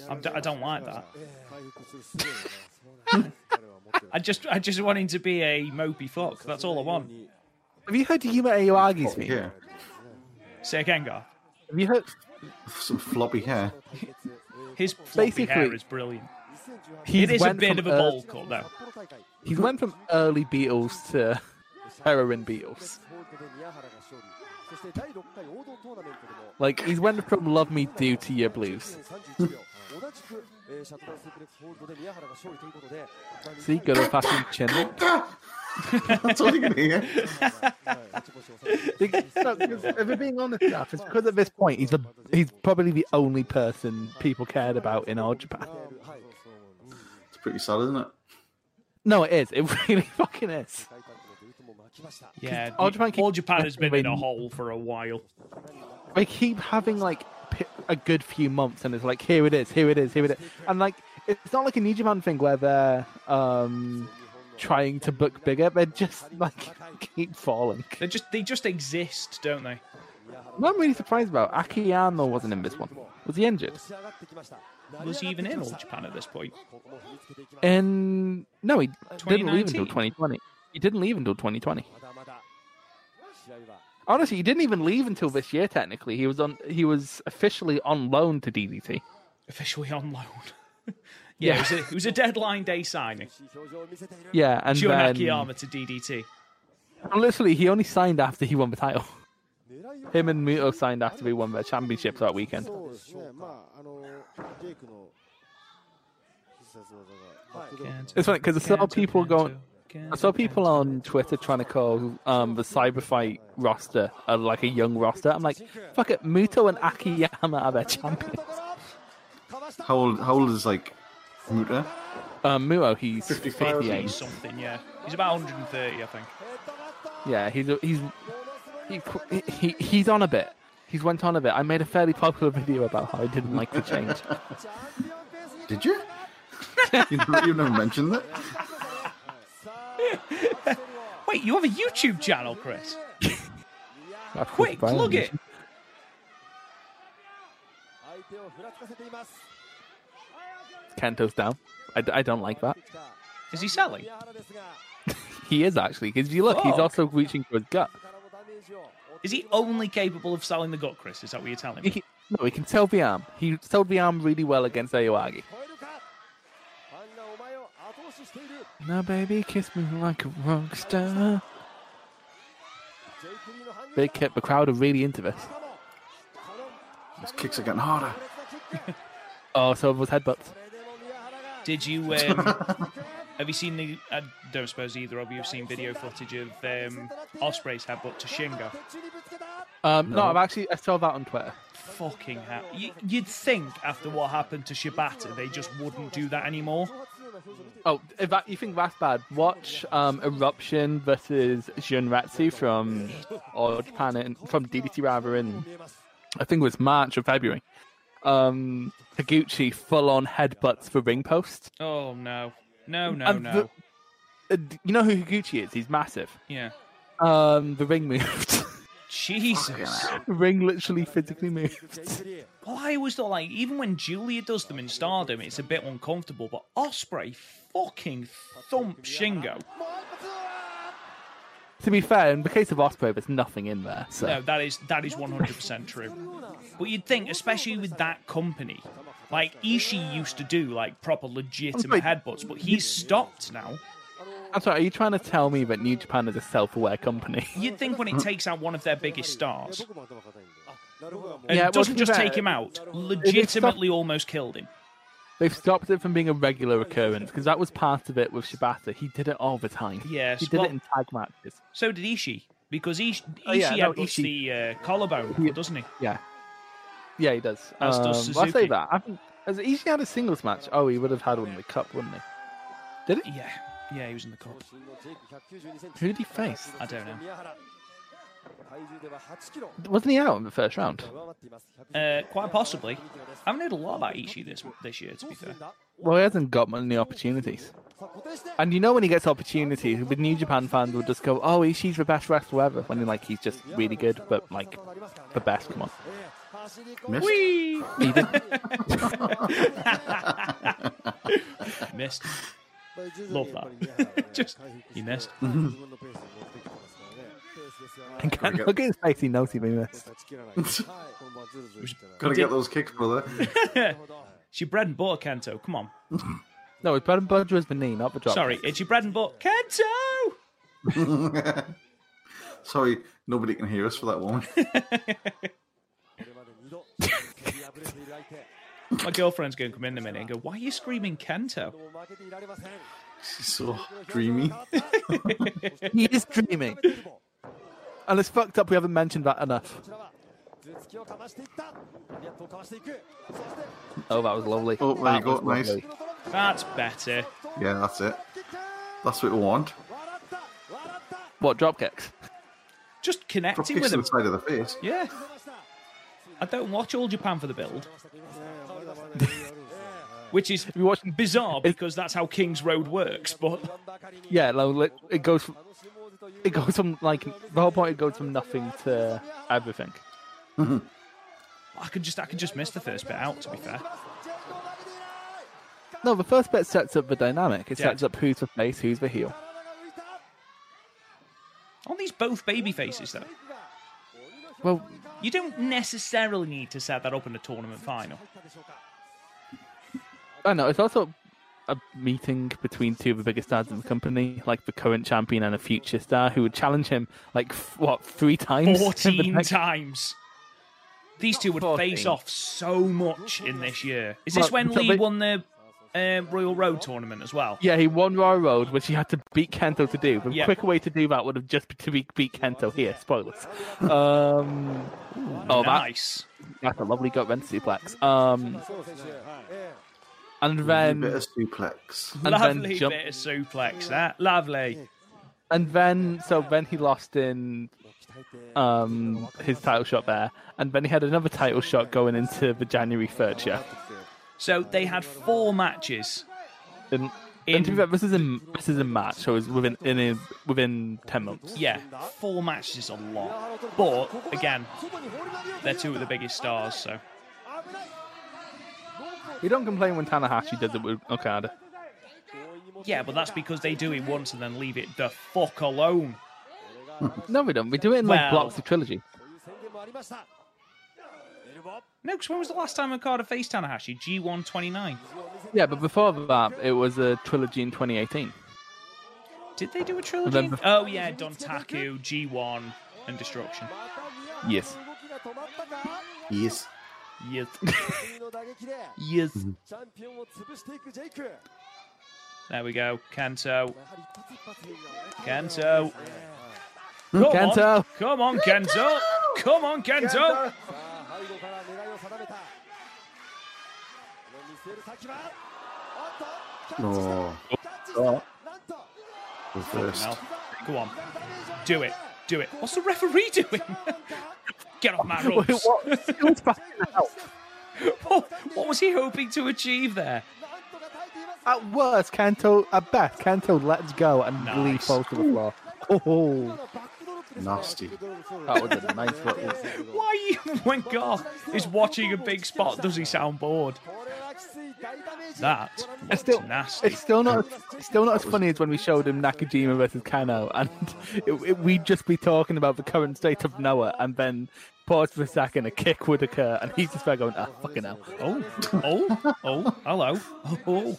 S1: I'm d- I don't like that.
S5: 回復する術をねそうなんです彼は持ってる
S1: I just I just want him to be a mopey fuck. That's all I want.
S3: Have you heard Yuma Aoagi's theme?
S2: Yeah,
S1: Say again, Gar.
S3: Have you heard?
S2: some floppy hair.
S1: His floppy hair
S3: Basically-
S1: is brilliant.
S3: He's
S1: it is a
S3: went
S1: bit
S3: from
S1: of a
S3: ear-
S1: bowl cut, though.
S4: 札幌大会。
S3: He's went from early Beatles to heroin Beatles.
S4: ホールドで宮原が勝利。そして第六回王道トーナメントでも。
S3: Like he's went from Love Me Do to Your Blues.
S4: 31秒同じく、えーシャトルスープレックスホールドで宮原が勝利ということで、
S3: See, good old fashioned chin. (laughs)
S2: That's all you can hear.
S4: 勝ち越しを収めて
S3: No, 'cause if we're being honest, Gaff, it's because at this point he's the he's probably the only person people cared about in our Japan.
S4: はい、
S2: It's pretty sad, isn't it?
S3: No, it is. It (laughs) really fucking is.
S4: 大会のベルトも巻きました。
S1: Yeah,
S3: All
S1: the-
S3: Japan keeps
S1: all Japan has been in a
S3: win.
S1: hole for a while.
S3: They keep having like pi- a good few months, and it's like here it is, here it is, here it is, and like it's not like a New Japan thing where they're um trying to book bigger. They just like (laughs) keep falling.
S1: They just they just exist, don't they?
S3: What I'm really surprised about, Akiyama wasn't in this one. Was he injured?
S4: 仕上がってきました。
S1: Was he even in all Japan at this point?
S4: ここも踏みつけていきます。
S3: And no, he didn't leave until
S1: 2019.
S3: 2020. He didn't leave until 2020.
S4: まだまだ試合は。
S3: Honestly, he didn't even leave until this year. Technically, he was on. He was officially on loan to DDT.
S1: Officially on loan. (laughs) yeah, It, was a, it was a deadline day signing.
S4: いい表情を見せている。
S3: Yeah, and
S1: Jun
S3: then
S1: Akiyama to DDT.
S3: literally he only signed after he won the title.
S4: 狙いを
S3: Him and Muto signed after we won their championships that weekend.
S5: そうですね。まああのジェイクの必殺技がバックドロップの
S3: It's funny because I saw people going. I saw people on Twitter trying to call um, the Cyberfight roster uh, like a young roster. I'm like, fuck it, Muto and Akiyama are their champions.
S4: ところかわした。
S2: How old? How old is like Muta?
S3: Um, Muto, he's
S2: 55.
S3: 58.
S1: He's something, yeah. He's about 130, I think.
S4: ヘッドバッ
S3: Yeah, he's
S4: ト
S3: he's
S4: ものすごい
S3: he, he he's on a bit. He's went on a bit. I made a fairly popular video about how I didn't like the
S1: (laughs)
S3: change.
S4: チ
S2: (laughs)
S4: ャンピオンペースに。
S2: Did you? you never mentioned that.
S4: さあ
S1: Wait, you have a YouTube channel, Chris?
S3: That's just
S1: Quick,
S3: violent,
S1: plug it.
S3: isn't Kanto's down. I, d- I don't like that.
S1: Is he selling?
S3: He is actually, because if you look, he's
S1: Fuck.
S3: also reaching for his gut.
S1: Is he only capable of selling the gut, Chris? Is that what you're telling
S3: (laughs) He
S1: me?
S3: can, no, he can sell the arm. He sold the arm really well against Aoyagi. Now, baby, kiss me like a rock star. Big hit. The crowd are really into this.
S2: His kicks are getting harder.
S3: Oh, so was headbutts.
S1: Did
S3: (laughs)
S1: you? Um, have you seen the? I don't suppose either of you have seen video footage of um, Osprey's headbutt to Shingo.
S3: Um, no. I've actually I saw that on Twitter.
S1: Fucking hell! You, you'd think after what happened to Shibata, they just wouldn't do that anymore.
S3: Oh, if that, you think that's bad? Watch um, Eruption versus Junratsu from All Japan in, from DDT rather in I think it was March or February. Um, Taguchi full on headbutts for ring post.
S1: Oh no, no, no,
S3: And
S1: no.
S3: the- uh, d- you know who Higuchi is? He's massive.
S1: Yeah.
S3: Um, the ring moved. (laughs)
S1: Jesus.
S3: the ring literally physically moved.
S1: Well, I always thought like even when Julia does them in Stardom, it's a bit uncomfortable. But Osprey fucking thump Shingo.
S3: to be fair, in the case of Osprey, there's nothing in there. So
S1: No, that is that is one hundred percent true. But you'd think, especially with that company, like Ishii used to do like proper legitimate
S3: Right.
S1: headbutts, but he's stopped now.
S3: I'm sorry. Are you trying to tell me that New Japan is a self-aware company? (laughs)
S1: You'd think when it takes out one of their biggest stars and
S3: Yeah, well,
S1: doesn't
S3: to be
S1: just
S3: fair,
S1: take him out, legitimately almost killed him.
S3: They've stopped it from being a regular occurrence because that was part of it with Shibata. He did it all the time.
S1: Yes,
S3: he did
S1: well-
S3: it in tag matches.
S1: So did Ishii because Ishi Ishii
S3: Oh, yeah, no,
S1: headbutts
S3: Ishii.
S1: the uh, collarbone, doesn't he?
S3: Yeah, yeah, he does.
S1: As does
S3: Um, well, I say
S1: Suzuki.
S3: that. I think, has he had a singles match? Oh, he would have had one in the cup, wouldn't he?
S1: Yeah, yeah, he was in the cup.
S3: Who did he face?
S1: I don't know.
S3: Wasn't he out in the first round?
S1: Uh, quite possibly. I haven't heard a lot about Ishii this this year, to be fair.
S3: Well, he hasn't got many opportunities. And you know when he gets opportunities, with New Japan fans will just go, "Oh, Ishii's the best wrestler ever," when like he's just really good, but like the best. Come on,
S2: Missed.
S1: Whee!
S3: he didn't.
S1: Missed.
S5: Love that.
S1: Just- he missed. (laughs)
S3: I can't look at his face. He knows he missed.
S2: Gotta get those kicks, brother.
S1: It's your bread and butter, Kento. Come on.
S3: No, his bread and butter is the knee, not the drop.
S1: Sorry, it's your bread and butter. Kento!
S2: Sorry, nobody can hear us for that one. (laughs)
S1: My girlfriend's going to come in a minute and go, Why are you screaming Kento?
S2: She's so dreamy.
S3: he is dreaming, and it's fucked up. We haven't mentioned that enough. Oh, that was lovely.
S2: Oh, there you
S3: That
S2: go.
S3: was
S2: Nice.
S3: lovely.
S1: That's better.
S2: Yeah, that's it. That's what we want.
S3: What drop kicks?
S1: Just
S2: Drop
S1: connecting with
S2: kicks to
S1: him.
S2: the side of the face.
S1: Yeah. I don't watch All Japan for the build, which is
S3: If you watch,
S1: bizarre because that's how King's Road works, but
S3: yeah, no, like, it goes. From, it goes from like the whole point. It goes from nothing to everything.
S1: I could just I could just miss the first bit out, to be fair.
S3: No, the first bit sets up the dynamic. It
S1: Yeah.
S3: sets up who's the face, who's the heel.
S1: Aren't these both baby faces though?
S3: Well,
S1: You don't necessarily need to set that up in a tournament final.
S3: I know it's also a meeting between two of the biggest stars in the company, like the current champion and a future star, who would challenge him like f- what three times? in the
S1: 14
S3: next-
S1: times. These two would
S3: 14.
S1: face off so much in this year. Is this
S3: Well,
S1: when
S3: so
S1: Lee
S3: they-
S1: won the uh, Royal Road tournament as well?
S3: Yeah, he won Royal Road, which he had to beat Kento to do. The
S1: Yeah.
S3: quicker way to do that would have just been to be, beat Kento here. Spoilers. Um, oh, that,
S1: nice.
S3: that's a lovely gut wrench suplex. Um, and
S1: Um,
S3: then
S2: Bit of suplex.
S3: and
S1: Lovely
S3: then jump
S1: bit of suplex, that. Lovely.
S3: And then, so then he lost in um, his title shot there, and then he had another title shot going into the January third show.
S1: So they had four matches.
S3: Didn't And to be fair,
S1: in
S3: this is a this is a match, so it's within in a, within ten months.
S1: yeah, four matches is a lot. But again, they're two of the biggest stars, so
S3: You don't complain when Tanahashi does it with Okada.
S1: yeah, but that's because they do it once and then leave it the fuck alone.
S3: No, we don't. We do it in like
S1: Well-
S3: blocks of trilogy.
S1: No, because when was the last time Okada faced Tanahashi? G1 29.
S3: Yeah, but before that, it was a trilogy in 2018.
S1: Did they do a trilogy?
S3: Remember-
S1: Oh yeah, Dontaku, G1, and Destruction.
S3: Yes.
S2: Yes.
S1: Yes.
S3: (laughs) Yes.
S1: There we go. Kanto.
S4: Kanto.
S1: Kanto. Come On. Come on,
S3: Kanto.
S1: Kanto. Come on, Kanto.
S2: Oh, reversed.
S1: Well, go on. Do it. Do it. What's the referee (laughs) doing? Get off my
S3: (laughs) Wait,
S1: ropes.
S3: what? It was back out.
S1: (laughs) what? Oh, what was he hoping to achieve there?
S3: At worst, Kanto, at best, Kanto lets go and
S1: Nice.
S3: Lee falls to the floor. Oh,
S2: Nasty.
S3: that was a nice little.
S1: Why (laughs) you, when Garth is watching a big spot, does he sound bored? That
S3: It's
S1: was
S3: still-
S1: nasty.
S3: It's still not, it's still not as funny as when we showed him Nakajima versus Kano, and it, it, we'd just be talking about the current state of Noah, and then pause for a second, a kick would occur, and he's just there going, "Ah, fucking hell!"
S1: Oh, oh, oh, hello. Oh,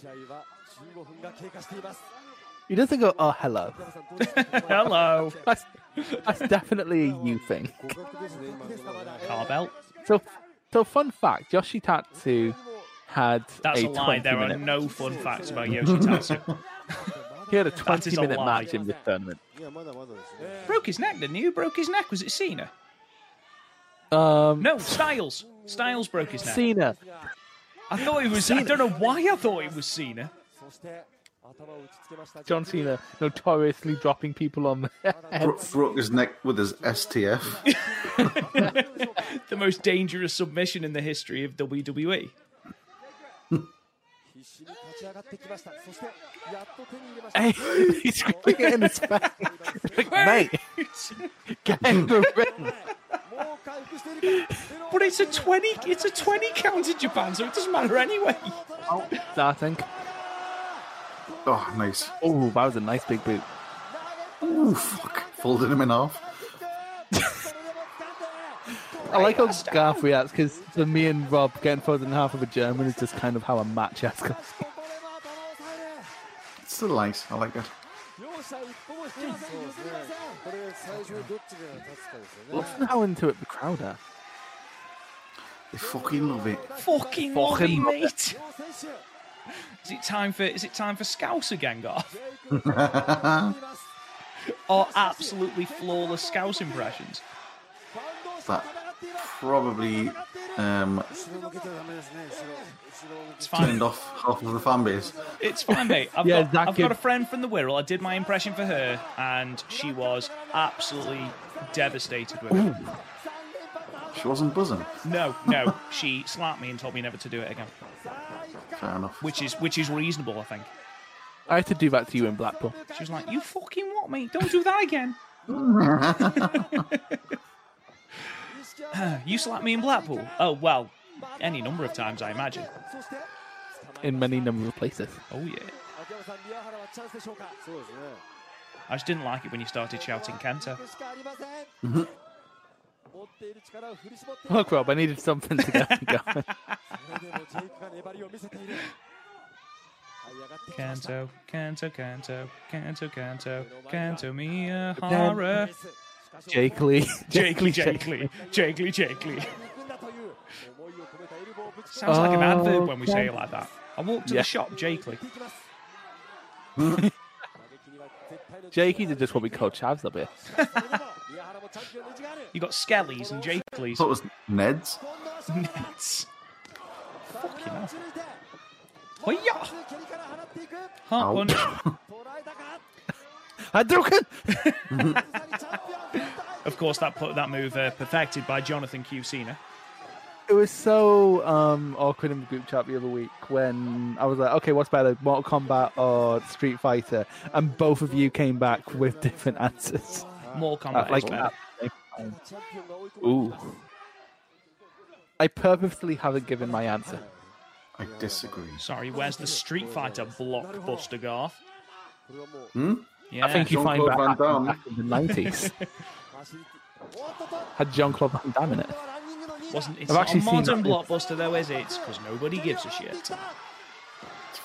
S3: He doesn't go, "Oh, hello."
S1: hello.
S3: That's that's definitely a you thing.
S1: Car belt.
S3: So, so fun fact: Yoshitatsu had
S1: That's a,
S3: a,
S1: lie.
S3: 20
S1: There are
S3: minute,
S1: no fun facts about Yoshitatsu.
S3: he had a
S1: That is a
S3: twenty-minute
S1: lie.
S3: match in this tournament.
S1: broke his neck, didn't he? Who broke his neck? Was it Cena?
S3: Um,
S1: No, Styles. Styles broke his neck.
S3: Cena.
S1: I thought it was. I don't know why I thought it was Cena.
S3: John Cena notoriously dropping people on the head. (laughs)
S2: Bro- broke his neck with
S1: (laughs)
S2: his STF.
S1: The most dangerous submission in the history of E. WWE.
S3: Hey, he's screaming it in (laughs) his face. Like, mate, (laughs) get in the ring.
S1: But it's a twenty. It's a twenty count in Japan, so it doesn't matter anyway.
S3: Starting.
S2: Oh, nice.
S3: Oh, that was a nice big boot.
S2: Ooh, fuck. Folded him in half.
S3: I like how Garth reacts because for me and Rob, getting further than half of a German is just kind of how a match has gone.
S2: It's still nice. I like it.
S4: 両者一歩も引きません譲りません
S5: これ最初にどっちが立つかですよね。
S3: Listen how into it the crowd are.
S2: They fucking love it.
S1: Fucking lovely,
S3: Fucking love
S1: mate.
S4: 両選手
S1: Is it time for? Is it time for Scouse again,
S2: (laughs)
S1: Garth?
S4: ジェイクの攻防が続いてい
S1: Or absolutely
S4: ます
S1: flawless Scouse impressions?
S4: バウンドをして
S2: だ
S4: 戦っています
S2: Probably um,
S5: 後ろ向けちゃダメですね。後ろ後ろ向け
S1: It's
S5: ち
S1: fine.
S2: turned off half of the fan base.
S1: It's fine, mate.
S2: (laughs)
S1: I've,
S3: Yeah,
S1: got,
S3: that
S1: I've
S3: kid-
S1: got a friend from the Wirral. I did my impression for her, and she was absolutely devastated with it.
S2: She wasn't buzzing.
S1: No, no, she slapped me and told me never to do it again,
S2: Fair enough.
S1: which is which is reasonable, I think.
S3: I had to do that to you in Blackpool.
S1: She was like, "You fucking what, mate? Don't do that again." you slapped me in Blackpool. Oh well, any number of times, I imagine.
S4: そして
S3: In many number of places.
S1: Oh yeah.
S4: 秋山さん宮原はチャンスでしょうか
S5: ゃそうですね。
S1: I just didn't like it when you started shouting Kenta.
S4: しかありません持っている力を振り絞っている
S3: Look, Rob, I needed something to get (laughs) going.
S4: それでもジェイクが粘りを見せているはい上がってきま
S1: (laughs)
S4: した
S1: Kanto, Kanto, Kanto, Kanto, Kanto, Kanto Miyahara.
S4: しかし
S3: Jake Lee.
S1: Jakely, Jakely, Jakely, Jakely.
S4: 奥に行くんだという思いを込めたエルボーをぶち込んで
S1: Sounds like an
S3: Oh,
S1: adverb when we say it like that. I walked to
S3: Yeah.
S1: the shop, Jakely.
S4: いきます打撃には絶対の
S3: Jakey's are just what we call chavs up here.
S4: それでも宮原もチャンピオンの意地がある
S1: You got Skellies and
S2: I thought
S1: Jakeleys.
S2: it was Ned's.
S4: 今度は勝負だ
S1: Fucking hell.
S4: 打ち抜いて
S1: Hoya!
S4: 蹴りから放っていく
S1: Heart
S2: Ow.
S1: punch.
S4: 捉えたか
S3: Hadouken!
S4: Of
S1: Of course, that put that move uh, perfected by Jonathan Cusina.
S3: it was so um, awkward in the group chat the other week when I was like, okay, what's better, Mortal Kombat or Street Fighter? And both of you came back with different answers.
S1: More
S3: Uh,
S1: combat
S3: like,
S1: is better.
S4: チャンピオンが追い
S3: ooh.
S4: 込まれています
S3: I purposely haven't given my answer.
S2: I disagree.
S1: Sorry, where's the Street Fighter blockbuster, Garth?
S4: これはもう
S2: Hmm?
S1: Yeah.
S3: I think you find
S2: Jean-Claude
S3: that
S2: Van Damme.
S3: happened back in the nineties
S4: 走り切おっとっと
S3: (laughs) had John Claude Van Damme in it.
S4: これはランニングの二だ
S1: Wasn't it's
S3: I've
S1: not a
S3: actually seen
S1: modern
S3: that.
S1: blockbuster though, is it? It's because nobody gives a
S4: 手に
S1: shit.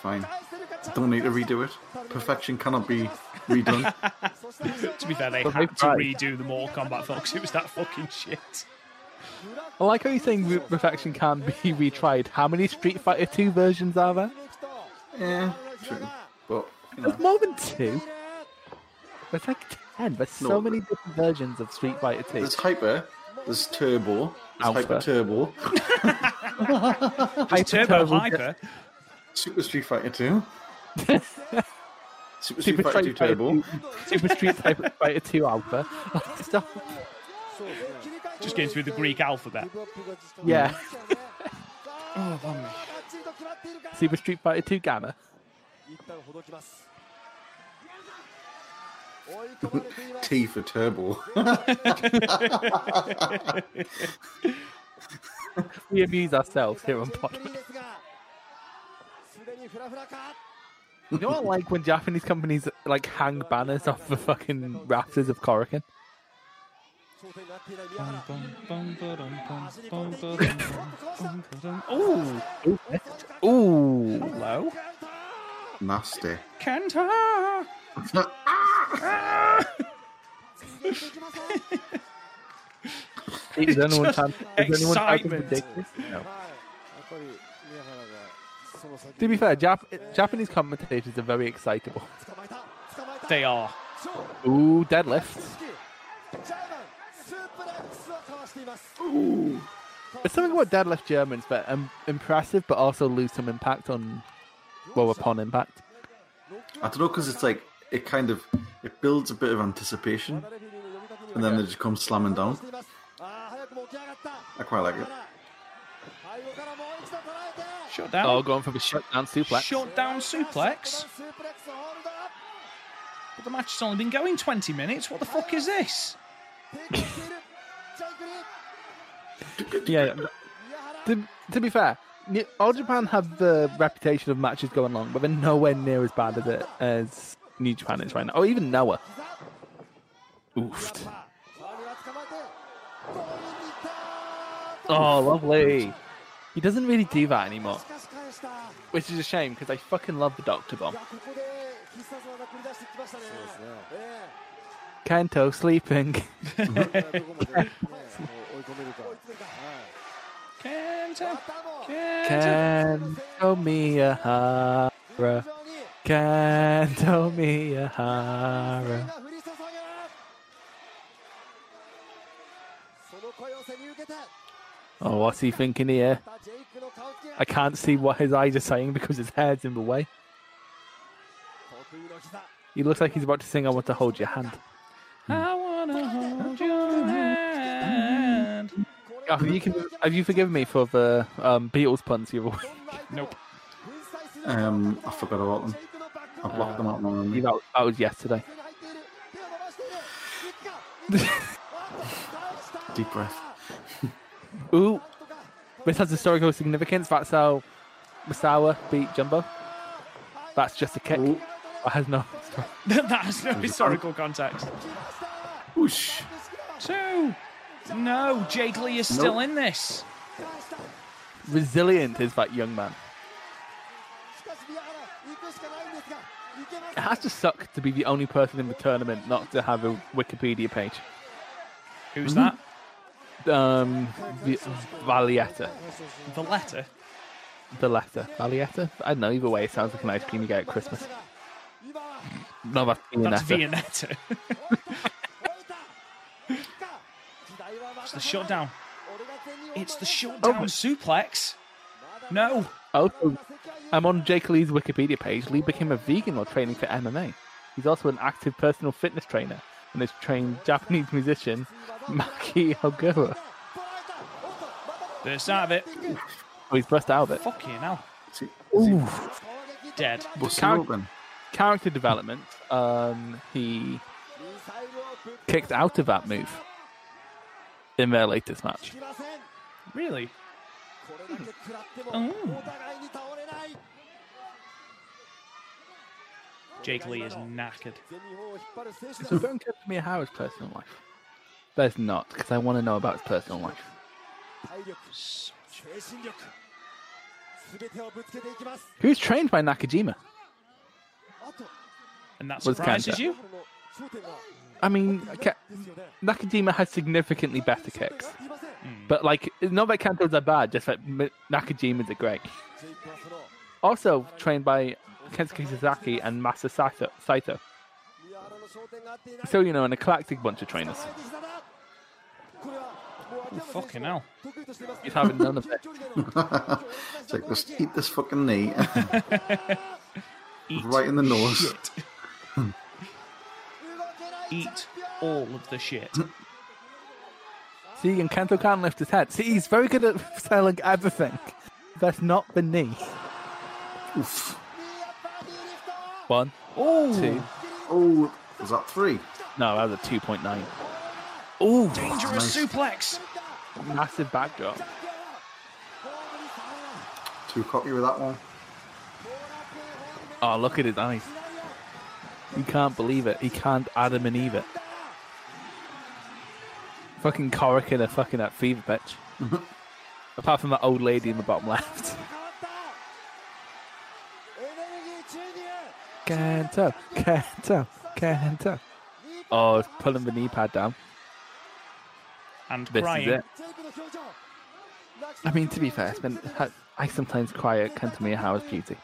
S4: 当たって
S2: It's fine.
S4: いた返せるかチャンピオ
S2: Don't
S4: ン
S2: need to redo it. Perfection cannot be (laughs) redone.
S4: そして足を
S1: (laughs) To be fair, they
S4: 取られ
S1: had to
S3: Right.
S1: redo the Mortal Kombat film because it was that fucking shit.
S3: I like how you saying re- perfection can be (laughs) retried. How many Street Fighter Two versions are there?
S2: え True. But you know,
S3: There's more than two. There's like ten. There's so
S2: No.
S3: many different versions of Street Fighter Two.
S2: there's hyper, there's turbo, there's
S3: Alpha.
S2: hyper turbo,
S3: Hyper
S1: Turbo Hyper.
S2: Super Street Fighter (laughs) Two, Super Street
S3: Super
S2: Fighter Two
S3: Street Fighter
S2: Turbo.
S3: 2, Super
S2: (laughs)
S3: Street Fighter Fighter Two Alpha. Stop.
S1: Just getting through the Greek alphabet. (laughs)
S3: Yeah.
S1: Oh,
S3: Super Street Fighter Two Gamma.
S4: 一旦ほどきます追い込まれています
S2: T for turbo. (laughs)
S3: We amuse ourselves here on pod.
S4: ですがすでにフラフラか
S3: You know what? Like when Japanese companies like hang banners off the fucking rafters of Korakuen.
S4: 頂点になっていない宮原
S1: Oh,
S3: Ooh.
S1: hello.
S2: Nasty.
S1: Kenta!
S3: Is anyone
S1: Just
S3: typing- is anyone typing
S1: excitement.
S3: ridiculous? No.
S5: やっぱり宮原がその先
S3: To be fair, Jap- Japanese commentators are very excitable.
S4: 捕まえた捕まえた
S1: They are.
S3: Ooh, deadlifts.
S4: ジャーマンスープレックスをかわしています。
S3: There's something about deadlift Germans that um, impressive, but also lose some impact on, well, upon impact.
S2: I don't know because it's like it kind of it builds a bit of anticipation,
S4: レフェリーの呼びかけに
S2: and then they just come slamming
S4: 反
S2: down.
S4: 応していますああ、早くも起き上がった。
S2: I quite like it.
S4: 背後からもう一度捉えて。
S1: Shut
S3: Oh,
S1: down.
S3: going for the shutdown suplex.
S1: Shut down suplex.
S4: スープレックスホールドア
S1: But
S4: ッ
S1: the match has only been going 20 minutes. What the fuck is this?
S4: プ。抵抗している。ジャンクリ
S3: Yeah.
S4: ー。宮原。
S3: To, to be fair, Ni- All Japan have the reputation of matches going long, but they're nowhere near as bad as it as New Japan is right now, or even Noah.
S4: 膝。
S3: Oofed.
S4: 沢村捕まえて。ゴールに行った。
S3: Oh, lovely. He doesn't really do that anymore,
S4: しかし返した。い
S3: which is a shame because I fucking love the Doctor Bomb.
S4: や、ここで必殺技繰り出してきましたね。そうですね。え
S3: Kento (laughs) sleeping.
S4: え。どこまで。はい
S5: 追い込めるか
S4: 追い詰めるか。
S1: Kenta!
S4: またも。
S1: Kenta!
S3: Kento Miyahara.
S4: 非常に
S3: Kento Miyahara.
S4: 降り注ぐその声を背に受けて
S3: Oh, what's he thinking here?
S4: またジェイクの顔つきが
S3: I
S4: 得
S3: can't see what his eyes are saying because his hair's in the way. He
S4: 意の膝
S3: looks like he's about to sing I Want to Hold Your Hand.
S1: I wanna hold your hand.
S3: Gaff, have you, con- have you forgiven me for the um, Beatles puns you
S4: どんな相手も
S1: Nope.
S4: 粉砕する
S2: Um, I forgot about them.
S4: ジェイクのバッ
S2: I
S4: クホーム
S2: blocked them out my memory.
S3: That, that was yesterday.
S4: に入っている手を伸ばし
S2: (laughs)
S4: ているいくかいくかあっと倒した
S2: Deep breath.
S3: Ooh,
S4: なんとか
S3: this has historical significance. That's how Masawa beat Jumbo. That's just a kick.
S2: Ooh.
S3: That has no.
S1: (laughs) that has no historical context.
S2: Whoosh.
S1: Two! No, Jake Lee is still in this.
S3: Resilient is that young man.
S4: しかし宮原行くしかないんですが行けます
S3: It has to suck to be the only person in the tournament not to have a Wikipedia page.
S1: Who's
S3: Mm-hmm.
S1: that?
S3: Um, the, Valletta,
S1: The letter.
S3: the letter. Valletta? I don't know. Either way, it sounds like an ice cream you get at Christmas.
S4: 今は
S3: No, that's
S1: That's Vianetta.
S3: Violetta.
S1: (laughs)
S4: 置いたいくか時代はま
S1: It's the
S4: た
S1: shutdown.
S4: 俺が全日本
S1: It's the
S3: Oh,
S1: shutdown
S3: but-
S1: suplex. No.
S3: Also, I'm on Jake Lee's Wikipedia page. Lee became a vegan while training for MMA. He's also an active personal fitness trainer and has trained Japanese musician Maki Ogura.
S4: 捉えたおっとまた
S1: Burst out of it.
S3: Oh, he's burst out of it.
S1: Fucking hell.
S2: Is he, is he
S1: Dead.
S2: busting
S3: Count-
S2: open?
S3: Character development. Um, he kicked out of that move in their latest match.
S1: Really? Mm. Jake Lee is knackered.
S3: So don't come to me how his personal life. There's not, because I want to know about his personal life. Who's trained by Nakajima?
S1: And that
S3: Was
S1: surprises
S3: Kenta.
S1: you?
S3: I mean, Ka- Nakajima has significantly better kicks.
S1: Mm.
S3: But, like, it's not that Kanto's are bad, just like M- Nakajima's are great. Also trained by Kensuke Sasaki and Masa Saito- Saito. So, you know, an eclectic bunch of trainers.
S1: Oh, Fucking hell.
S3: He's having none
S4: (laughs)
S3: of it.
S2: It's like, just eat this fucking knee. (laughs) right in the nose.
S1: (laughs) Eat all of the
S3: (clears throat)
S1: shit.
S3: (laughs) Oh, See, and Kanto can't lift his head. See, he's very good at (laughs) selling everything. That's not the knee. One, two.
S2: Oh, was that three?
S3: No, that was a 2.9.
S1: Dangerous suplex.
S3: Massive backdrop.
S2: Too cocky with that one.
S3: Oh, look at his eyes. He can't believe it. He can't Adam and Eve it. Fucking Corrick in a fucking that fever bitch. (laughs) Apart from that old lady in the bottom (laughs) left. Kanto, Kanto, Kanto. Oh, he's pulling the knee pad down.
S1: And
S3: This
S1: crying.
S3: is it. I mean, to be fair, it's been, I, I sometimes cry at Kantomiya Howard's beauty.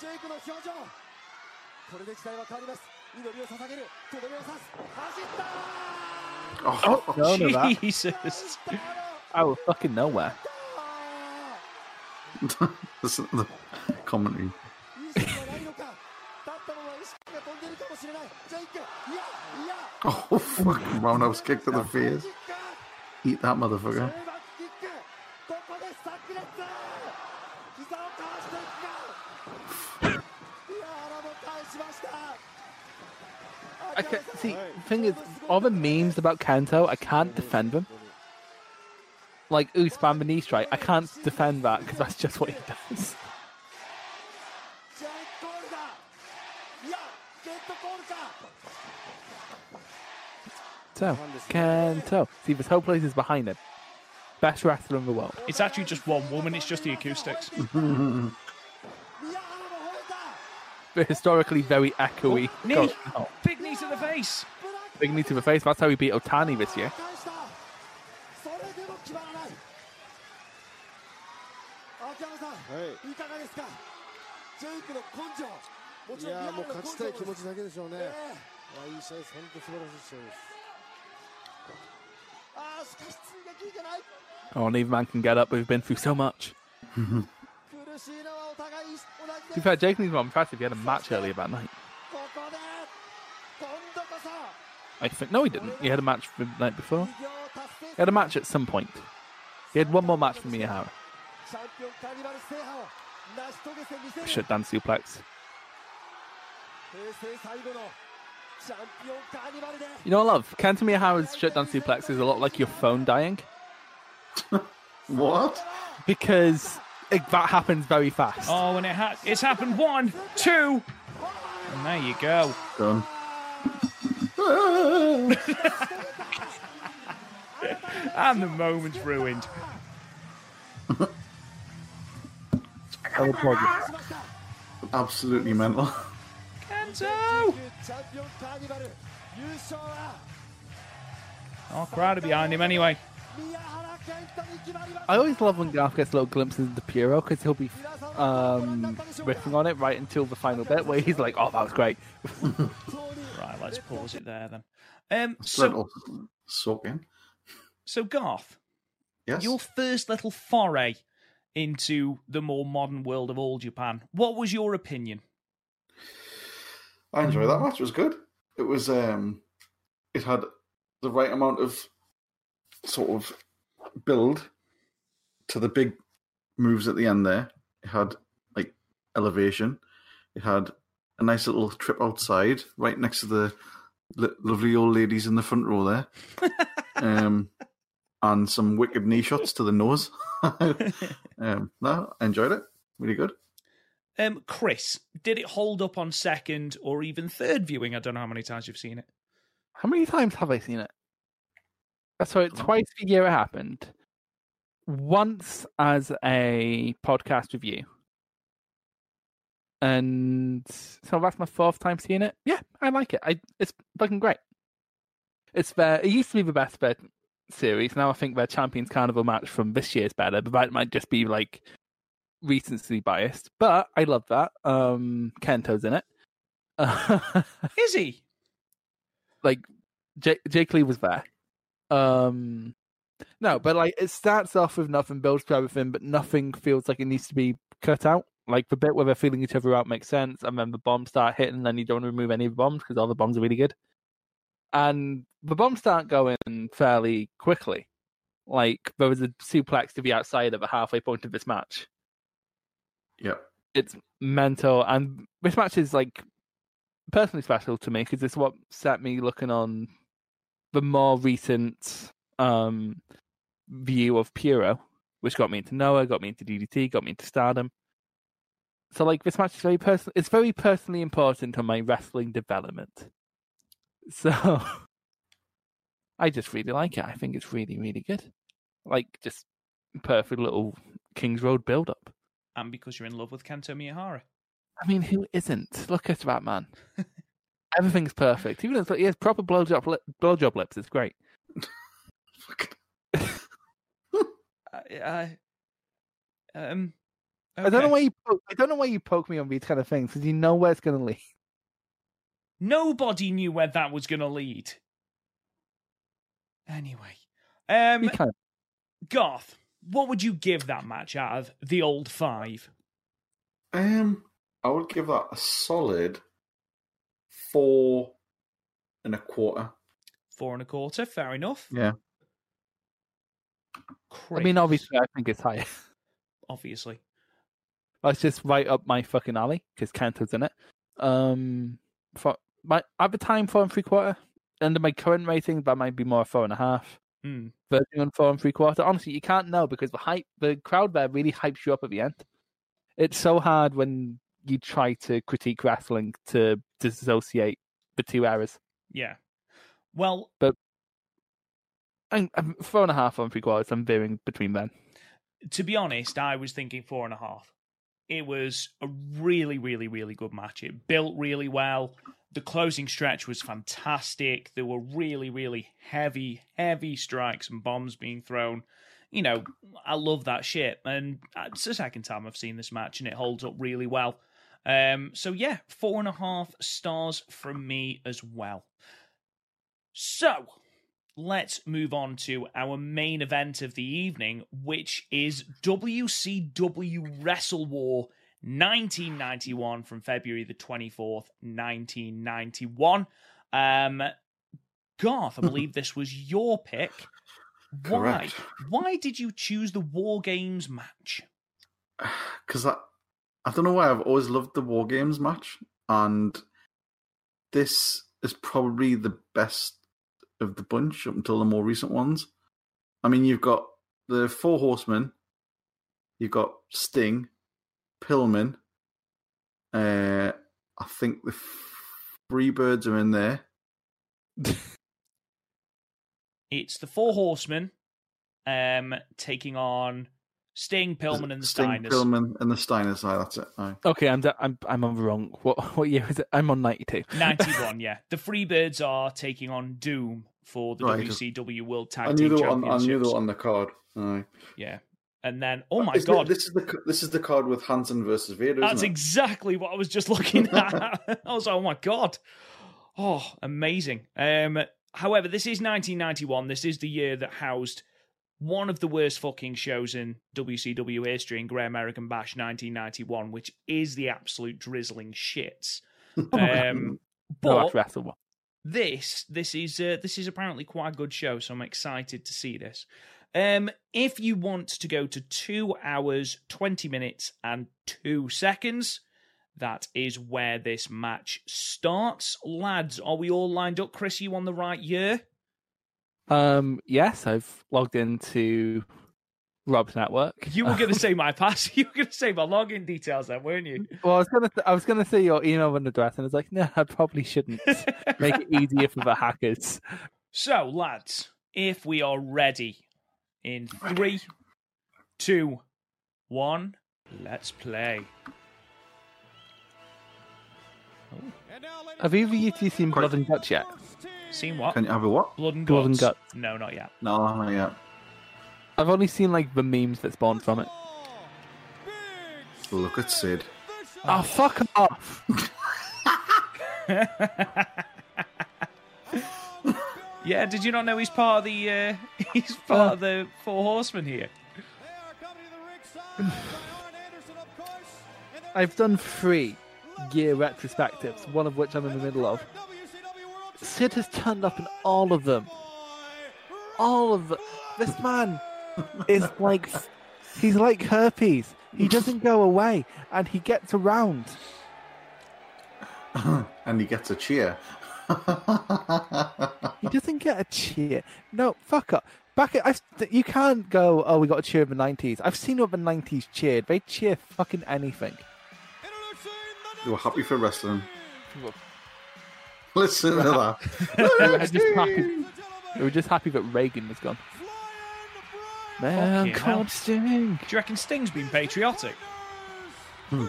S4: ジェイクの表情これで時代は変わります祈りを捧げるとどめを刺す走った
S2: Oh,
S3: No, no,
S1: (laughs)
S3: that.
S1: Jesus.
S3: Out of fucking nowhere.
S2: listen to the commentary.
S4: いい線はないのか立ったまま意識が飛んでるかもしれないジェイクいやいや
S2: Oh, fuck. Roundhouse kick to the face.
S4: キック
S2: Eat that motherfucker.
S4: レイバックキックどこで炸裂膝をかわしていくかいや原も返しました
S3: I can see. The thing is, all the memes about Kanto, I can't defend them. Like ooh, spam the knee strike. I can't defend that because that's just what he does.
S4: ジェイクコールだいやゲットコールか
S3: So Kanto, see this whole place is behind him. Best wrestler in the world.
S1: It's actually just one woman, it's just the
S3: (laughs)
S1: acoustics.
S4: 宮原も吠えた
S3: But historically very echoey.
S1: Knee.
S3: Oh,
S1: Big knee to the face.
S3: big knee to the face. That's how he beat Otani this year.
S4: 返したそれでも決まらない秋山さん、
S5: はい
S4: かがですかジェイクの根性も
S5: い
S4: ちろん
S5: やーもう
S4: 宮原の根
S5: 勝
S4: 性
S5: ちた
S4: も
S5: い気持ちだけでしょうね。
S4: ええ
S5: あいい試合です。本当素晴らしい試合です。
S4: ああしかし追撃いけない
S3: Oh, neither man can get up. We've been through so much.
S4: 苦しいのはお互い
S3: To
S4: 同じ
S3: be
S4: です
S3: fair, Jake Lee's more impressive. He had a match earlier that night.
S4: ここで今度こそ
S3: I think no, he didn't. He had a match the night before.
S4: 偉業を達成
S3: He had a match at some point. He had one more match for Miyahara.
S4: チャンピオンカニバル制覇を成し遂げてみせる
S3: Shut down suplex.
S4: 平成最後のチャンピオンカーニバルで
S3: You know what, love? Kenta Miyaha's shutdown suplex is a lot like your phone dying
S2: What?
S3: because it, that happens very fast.
S1: Oh, and it ha- it's happened one, two, and there you go.
S2: Done.
S1: (laughs) And the moment's ruined.
S2: Absolutely mental.
S1: Kento!
S4: チャンピオンカーニバル優勝は
S1: Oh, crowd are behind him anyway.
S4: 宮原健太に決まります
S3: I always love when Garth gets little glimpses of the Puro because he'll be um, riffing on it right until the final bit where he's like, oh, that was great.
S1: Right, let's pause it there then. Um, so,
S2: Little soak in.
S1: so Garth,
S2: Yes.
S1: your first little foray into the more modern world of all Japan. What was your opinion?
S2: I enjoyed that match. It was good. It was um, it had the right amount of sort of build to the big moves at the end there. It had like elevation. It had a nice little trip outside, right next to the lo- lovely old ladies in the front row there, um, and some wicked knee shots to the nose. (laughs) um, no, I enjoyed it. Really good.
S1: Um, Chris, did it hold up on second or even third viewing? I don't know how many times you've seen (laughs) it.
S3: How many times have I seen it? Uh, So it twice a year it happened. Once as a podcast review. And so that's my fourth time seeing it. Yeah, I like it. I it's fucking great. It's their it used to be the best bit series. Now I think their Champions Carnival match from this year's better, but that might just be like recency biased. But I love that. Um Kento's in it. (laughs)
S1: Is he?
S3: like Jake, Jake Lee was there. Um no, but like it starts off with nothing, builds to everything, but nothing feels like it needs to be cut out. Like the bit where they're feeling each other out makes sense, and then the bombs start hitting, and you don't remove any of the bombs because all the bombs are really good. And the bombs start going fairly quickly. Like there was a suplex to be outside of a halfway point of this match
S2: Yeah.
S3: it's mental and this match is like personally special to me because it's what set me looking on the more recent um view of Puro, which got me into Noah, got me into DDT, got me into Stardom. So like this match is very personal. It's very personally important on my wrestling development. (laughs) So I just really like it. I think it's really really good. Like just perfect little Kings Road build up.
S1: And because you're in love with Kento Miyahara.
S3: I mean, who isn't? Look at that man. Everything's perfect. Even though he has proper blowjob, lip, blowjob lips. It's great.
S2: Fuck.
S1: I, I, um,
S3: I don't know
S1: okay.
S3: why you. Poke, I don't know why you poke me on these kind of things because you know where it's going to lead.
S1: Nobody knew where that was going to lead. Anyway, um,
S3: You kind of-
S1: Garth, what would you give that match out of the old five?
S2: Um, I would give that a solid four and a quarter.
S1: Four and a quarter, fair enough.
S2: Yeah.
S1: Chris,
S3: I mean, obviously, I think it's higher.
S1: obviously.
S3: That's just right up my fucking alley because Kanto's in it. Um, for my at the time four and three quarter. Under my current rating, that might be more a four and a half.
S1: Hmm.
S3: verging on four and three quarter. Honestly, you can't know because the hype, the crowd there really hypes you up at the end. It's so hard when you try to critique wrestling to disassociate the two eras.
S1: Yeah. Well,
S3: And um, four and a half on three quarters. I'm veering between them.
S1: to be honest, I was thinking four and a half. It was a really, really, really good match. It built really well. The closing stretch was fantastic. There were really, really heavy, heavy strikes and bombs being thrown. You know, I love that shit. And it's the second time I've seen this match, and it holds up really well. Um, so, yeah, four and a half stars from me as well. So, let's move on to our main event of the evening, which is WCW Wrestle War 1991 from February the 24th, 1991. Um, Garth, I believe this was your pick. Why?
S2: Correct.
S1: Why did you choose the War Games match?
S2: because I, I don't know why I've always loved the War Games match, and this is probably the best of the bunch up until the more recent ones. I mean, you've got the Four Horsemen, you've got Sting, Pillman, uh, I think the Freebirds are in there.
S1: It's the Four Horsemen um, taking on Sting, Pillman, and the
S2: Sting,
S1: Steiners. (laughs)
S2: Pillman, (laughs) and the Steiners. Aye, that's it. Aye.
S3: Okay, I'm da- I'm I'm on the wrong. What what year is it? I'm on ninety two.
S1: 91, yeah. The Freebirds are taking on Doom for the
S2: Right,
S1: WCW World Tag
S2: I
S1: Team
S2: knew they were on. I
S1: Championships.
S2: knew they were on the card. Aye.
S1: Yeah. And then, oh my
S2: Isn't it-
S1: god,
S2: this Uh, is the c- this is the card with Hansen versus Vader.
S1: that's
S2: isn't it?
S1: exactly what I was just (laughs) looking at. I was like, oh my god. Oh, amazing. Um, however, this is 1991. This is the year that housed one of the worst fucking shows in WCW history in Grey American Bash 1991, which is the absolute drizzling
S2: (laughs)
S1: shits. Um,
S3: No,
S1: but
S3: that's wrestle one.
S1: this this is uh, this is apparently quite a good show so i'm excited to see this Um, if you want to go to two hours, 20 minutes, and two seconds, that is where this match starts. Lads, are we all lined up? Chris, you on the right year?
S3: Um, yes, I've logged into Rob's network.
S1: You were going to say my pass. (laughs) You were going to say my login details then, weren't you?
S3: Well, I was gonna, I was gonna say your email and address, and I was like, no, I probably (laughs) shouldn't make it easier for the hackers.
S1: So, lads, if we are ready, in three, two, one, let's play.
S3: Have either of you two seen Blood and Guts yet?
S1: Seen what?
S2: Can you have a what?
S1: Blood and guts.
S3: Blood and Guts.
S1: No, not yet.
S2: No, not yet.
S3: I've only seen like the memes that spawned from it.
S2: Look at Sid.
S3: Oh, fuck off!
S1: Yeah, did you not know he's part of the uh, (laughs) he's part
S3: Oh.
S1: of the Four Horsemen here?
S3: I've done three gear retrospectives, one of which I'm in the middle of. Sid has turned up in all of them. All of them. This man is like he's like herpes. He doesn't go away, and he gets around.
S2: And he gets a cheer.
S3: He doesn't get a cheer. No, fuck up. Back at, I've, you can't go, oh, we got a cheer of the 90s. I've seen what the 90s cheered. They cheer fucking anything.
S2: They were happy for wrestling. Listen to
S3: (laughs)
S2: that.
S3: They were just happy, they were just happy that Reagan was gone. Man,
S1: Fucking hell.
S3: can't sting.
S1: Do you reckon Sting's been patriotic?
S3: Hmm.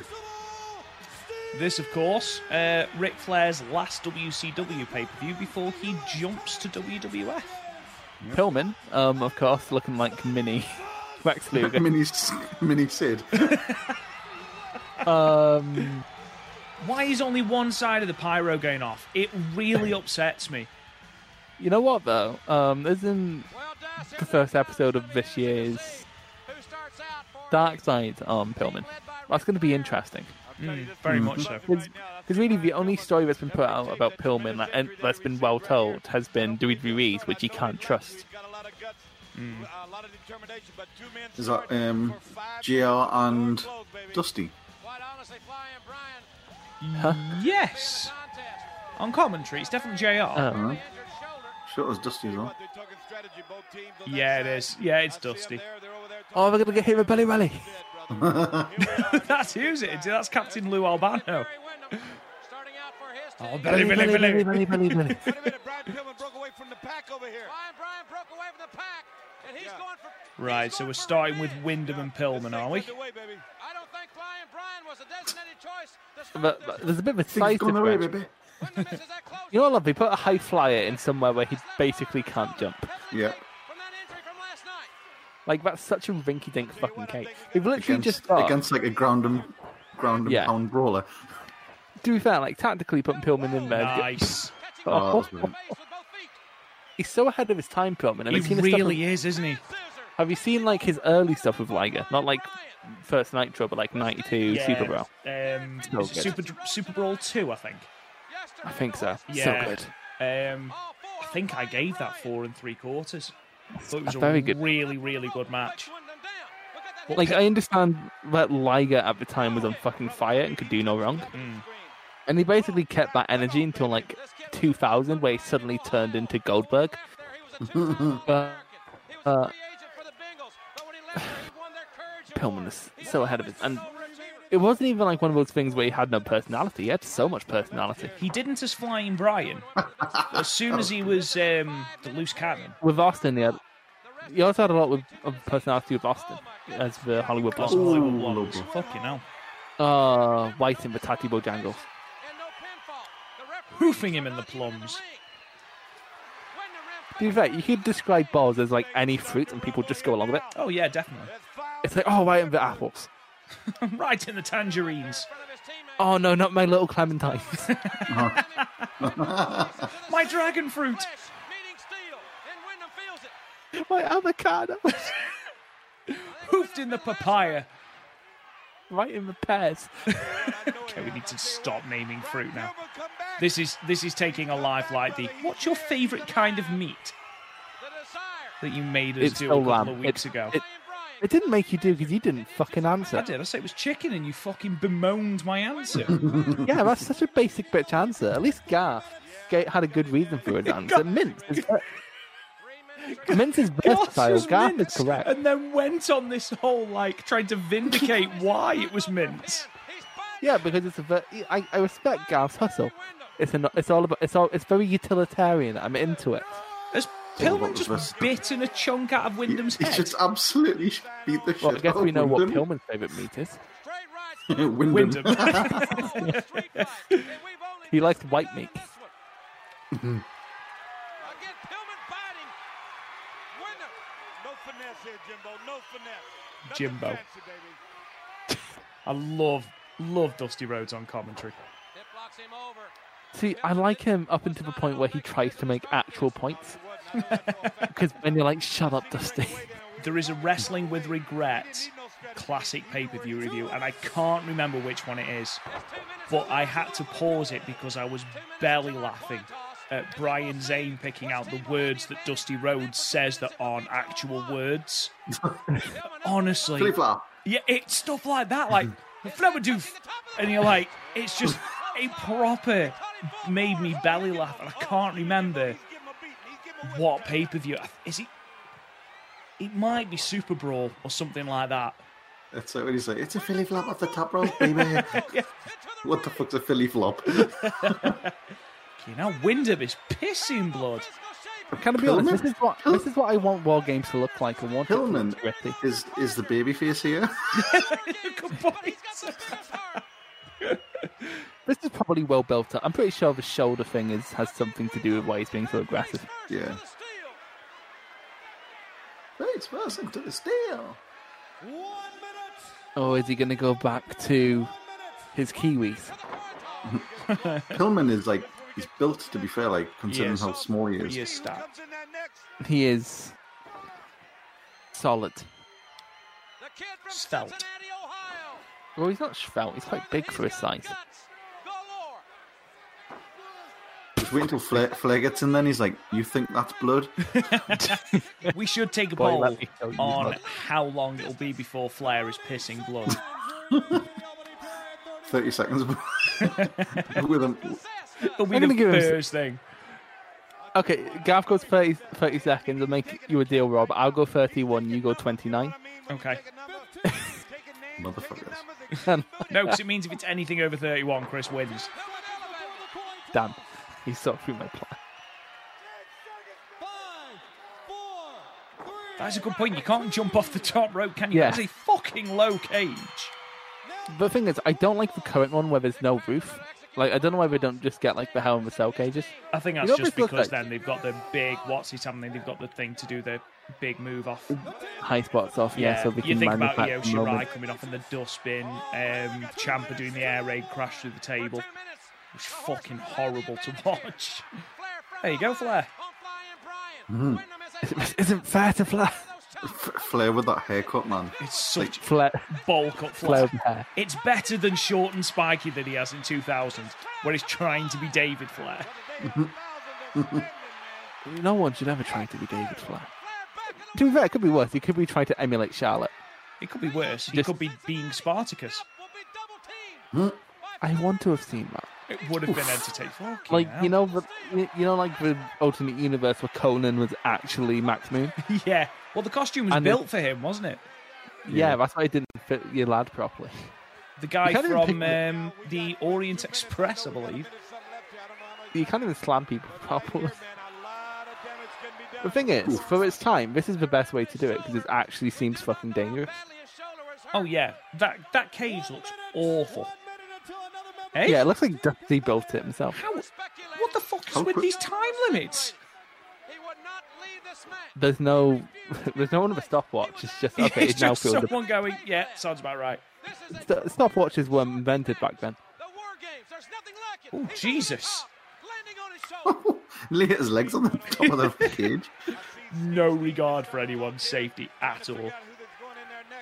S1: This, of course, uh, Ric Flair's last WCW pay per view before he jumps to WWF.
S3: Pillman, um, of course, looking like mini Max Luger.
S2: mini, mini Sid.
S3: um,
S1: Why is only one side of the pyro going off? It
S3: (laughs)
S1: really upsets me.
S3: you know what, though? Um, this in the first episode of this year's Dark Side on Pillman. That's going to be interesting.
S1: Very much so.
S3: Because really, the only story that's been put out about Pillman that, and that's been well told has been WWE's, which he can't trust.
S1: Mm.
S2: Is that um, JR and Dusty?
S3: Mm-hmm.
S1: Yes. On commentary, it's definitely JR.
S3: Um,
S2: Sure, it was Dusty as well.
S1: yeah, it is. Yeah, it's Dusty.
S3: oh, we're going to get him a belly rally.
S1: (laughs) That's who's it? That's Captain Lou
S3: (laughs)
S1: Albano. (laughs) Oh,
S3: Belly,
S1: belly,
S3: belly, belly, belly, belly, (laughs) belly.
S1: Right, so we're starting with Wyndham and Pillman, are we?
S3: But, but there's a bit of a
S2: Things
S3: size
S2: going away,
S3: difference.
S2: baby.
S3: (laughs) You know what, love? They put a high flyer in somewhere where he basically can't jump.
S2: Yeah.
S3: Like, that's such a rinky dink fucking cake. They've literally
S2: Against,
S3: just got.
S2: against like a ground and ground and
S3: Yeah.
S2: pound brawler.
S3: To be fair, like, tactically putting Pillman in there.
S1: Nice.
S2: Oh, that was brilliant.
S3: He's so ahead of his time, Pillman. Have
S1: He
S3: you seen his stuff
S1: really is, isn't he?
S3: Have you seen like his early stuff with Liger? Not like first Nitro, but like '92 Super Bowl.
S1: Um,
S3: Still
S1: is it Super,
S3: good.
S1: Super Brawl 2, I think.
S3: I think so.
S1: Yeah.
S3: So good.
S1: Um, I think I gave that four and three quarters. I thought it was a
S3: Very good.
S1: really, really good match.
S3: Like I understand that Liger at the time was on fucking fire and could do no wrong, and he basically kept that energy until like 2000, where he suddenly turned into (laughs) Goldberg. but
S1: (sighs)
S3: uh, Pillman is so ahead of his and. It wasn't even like one of those things where he had no personality. He had so much personality.
S1: He didn't as Flying Brian. As soon as he was um, the loose cannon,
S3: with Austin, yeah. You also had a lot with, of personality with Austin as the Hollywood
S1: Lots of
S3: Blonde.
S1: Hollywood blondes.
S2: lovely.
S1: Fucking hell.
S3: Uh, White and Batati Bojangles.
S1: Hoofing him in the plums.
S3: To be fair, you could describe balls as like any fruit and people just go along with it.
S1: Oh, yeah, definitely. (laughs)
S3: It's like, oh, right, and the apples.
S1: right in the tangerines.
S3: Oh, no, not my little clementines. (laughs)
S1: My dragon fruit.
S3: my avocado. (laughs)
S1: Hoofed in the papaya.
S3: right in the pears.
S1: Okay, we need to stop naming fruit now. This is this is taking a life like the. What's your favourite kind of meat? that you made us
S3: It's
S1: do a
S3: so
S1: couple
S3: lamb.
S1: of weeks
S3: It-
S1: ago.
S3: it- It didn't make you do because you didn't fucking
S1: I
S3: answer.
S1: did. I said it was chicken, and you fucking bemoaned my
S3: (laughs)
S1: answer.
S3: Yeah, that's such a basic bitch answer. At least Garth ga- had a good reason for an answer. Mint is, Mint is versatile.
S1: Garth's
S3: Garth
S1: mince,
S3: is correct.
S1: And then went on this whole like trying to vindicate why it was mince.
S3: Yeah, because it's a ver- I, I respect Garth's hustle. It's an, it's all about it's all it's very utilitarian. I'm into it.
S1: Has Pillman just bitten a chunk out of Wyndham's
S2: He
S1: head?
S2: just absolutely beat the shit
S3: Well, I guess
S2: out of
S3: we know what
S2: Wyndham.
S3: Pillman's favourite meat is.
S2: Wyndham.
S1: Wyndham.
S3: He likes white meat.
S1: Jimbo. I love love Dusty Rhodes on commentary.
S3: See, I like him up until the point where he tries to make actual
S6: (laughs)
S3: points. Because when you're like, shut up, Dusty.
S1: There is a wrestling with regret classic pay per view review, and I can't remember which one it is, but I had to pause it because I was belly laughing at Brian Zane picking out the words that Dusty Rhodes says that aren't actual words. Honestly,
S2: Flip flop.
S1: Yeah, it's stuff like that, like Flabadoof, and you're like, it's just a proper made me belly laugh, and I can't remember what pay per view is it. It might be Super Brawl or something like that.
S2: That's what he's like. It's a Philly flop off the top rope, (laughs) baby. what the fuck's a Philly flop?
S1: You know, Wyndham is pissing blood.
S3: Can I be honest? This is what this is what I want war games to look like. I want it to look
S2: Pillman
S3: gritty.
S2: is is the baby face here. (laughs)
S3: (laughs)
S1: Good point.
S3: This is probably well built up. I'm pretty sure the shoulder thing is has something to do with why he's being so aggressive.
S2: yeah. Face first into the steel.
S3: Oh, is he going to go back to his Kiwis? (laughs)
S2: Pillman is like he's built to be fair, like considering
S1: Yes.
S2: how small he is.
S1: Yes, stop.
S3: He is solid.
S1: Stout.
S3: Well, he's not svelte. He's quite big for his size. (laughs)
S2: Just wait until Flair, Flair gets in, then he's like, "You think that's (laughs) blood?"
S1: We should take a
S3: Boy,
S1: poll
S3: let me tell you,
S1: on
S3: blood.
S1: how long it'll be before Flair is pissing
S3: (laughs)
S1: blood.
S2: Thirty seconds (laughs) with him.
S1: It'll be
S3: I'm gonna
S1: the
S3: give him-
S1: first thing.
S3: Okay, Gav goes 30, 30 seconds. I'll make you a deal, Rob. I'll go 31, you go 29.
S1: Okay.
S2: Motherfuckers.
S1: (laughs) No, because it means if it's anything over 31, Chris wins.
S3: Damn, he saw through my plan.
S1: That's a good point. You can't jump off the top rope, can you?
S3: Yeah.
S1: That's a fucking low cage.
S3: The thing is, I don't like the current one where there's no roof. Like, I don't know why they don't just get, like, the Hell in the Cell cages.
S1: I think that's
S3: know what
S1: just
S3: this looks
S1: because
S3: like?
S1: then they've got the big what's it something. They've got the thing to do the big move off.
S3: High spots off, yeah, so we
S1: you
S3: can
S1: think about
S3: manufacture
S1: Yoshi
S3: them.
S1: Rai coming off in the dustbin, um, Champa doing the air raid crash through the table. It was fucking horrible to watch. There you go, Flair.
S3: This isn't fair to Hmm. Flair.
S2: F- Flair with that haircut, man.
S1: It's such
S3: Flair,
S1: bulk up
S3: Flair
S1: Flair.
S3: with hair.
S1: It's better than short and spiky that he has in 2000, where he's trying to be David Flair.
S3: (laughs) No one should ever try to be David Flair. To be fair, it could be worse. He could be trying to emulate Charlotte.
S1: It could be worse. He
S3: Just-
S1: could be being Spartacus.
S3: I want to have seen that.
S1: It would have been entertaining. Fucking
S3: Like
S1: hell.
S3: you know, the, you you know, like the Ultimate Universe where Conan was actually Max Moon.
S1: Yeah. Well, the costume was
S3: And
S1: built for him, wasn't it?
S3: Yeah, that's why it didn't fit your lad properly.
S1: The guy
S3: You can't even
S1: from
S3: pick the-
S1: um, the Orient Express, I believe.
S3: You can't even slam people (laughs) properly. The thing is, for its time, this is the best way to do it because it actually seems fucking dangerous.
S1: Oh yeah, that that cage looks awful. Hey,
S3: Yeah, it looks like Dusty built it himself.
S1: how? What the fuck is
S2: How
S1: with
S2: quick-
S1: these time limits?
S3: There's no, (laughs) there's no one with a stopwatch. (laughs) It's just
S1: (laughs)
S3: okay.
S1: it's
S3: It now
S1: just
S3: feels.
S1: someone going. Yeah, sounds about right.
S3: St- stopwatches were invented back then.
S1: Oh Jesus!
S2: (laughs)
S3: (laughs)
S1: (laughs)
S2: Lay his legs on the top of the cage.
S1: No regard for anyone's safety at all.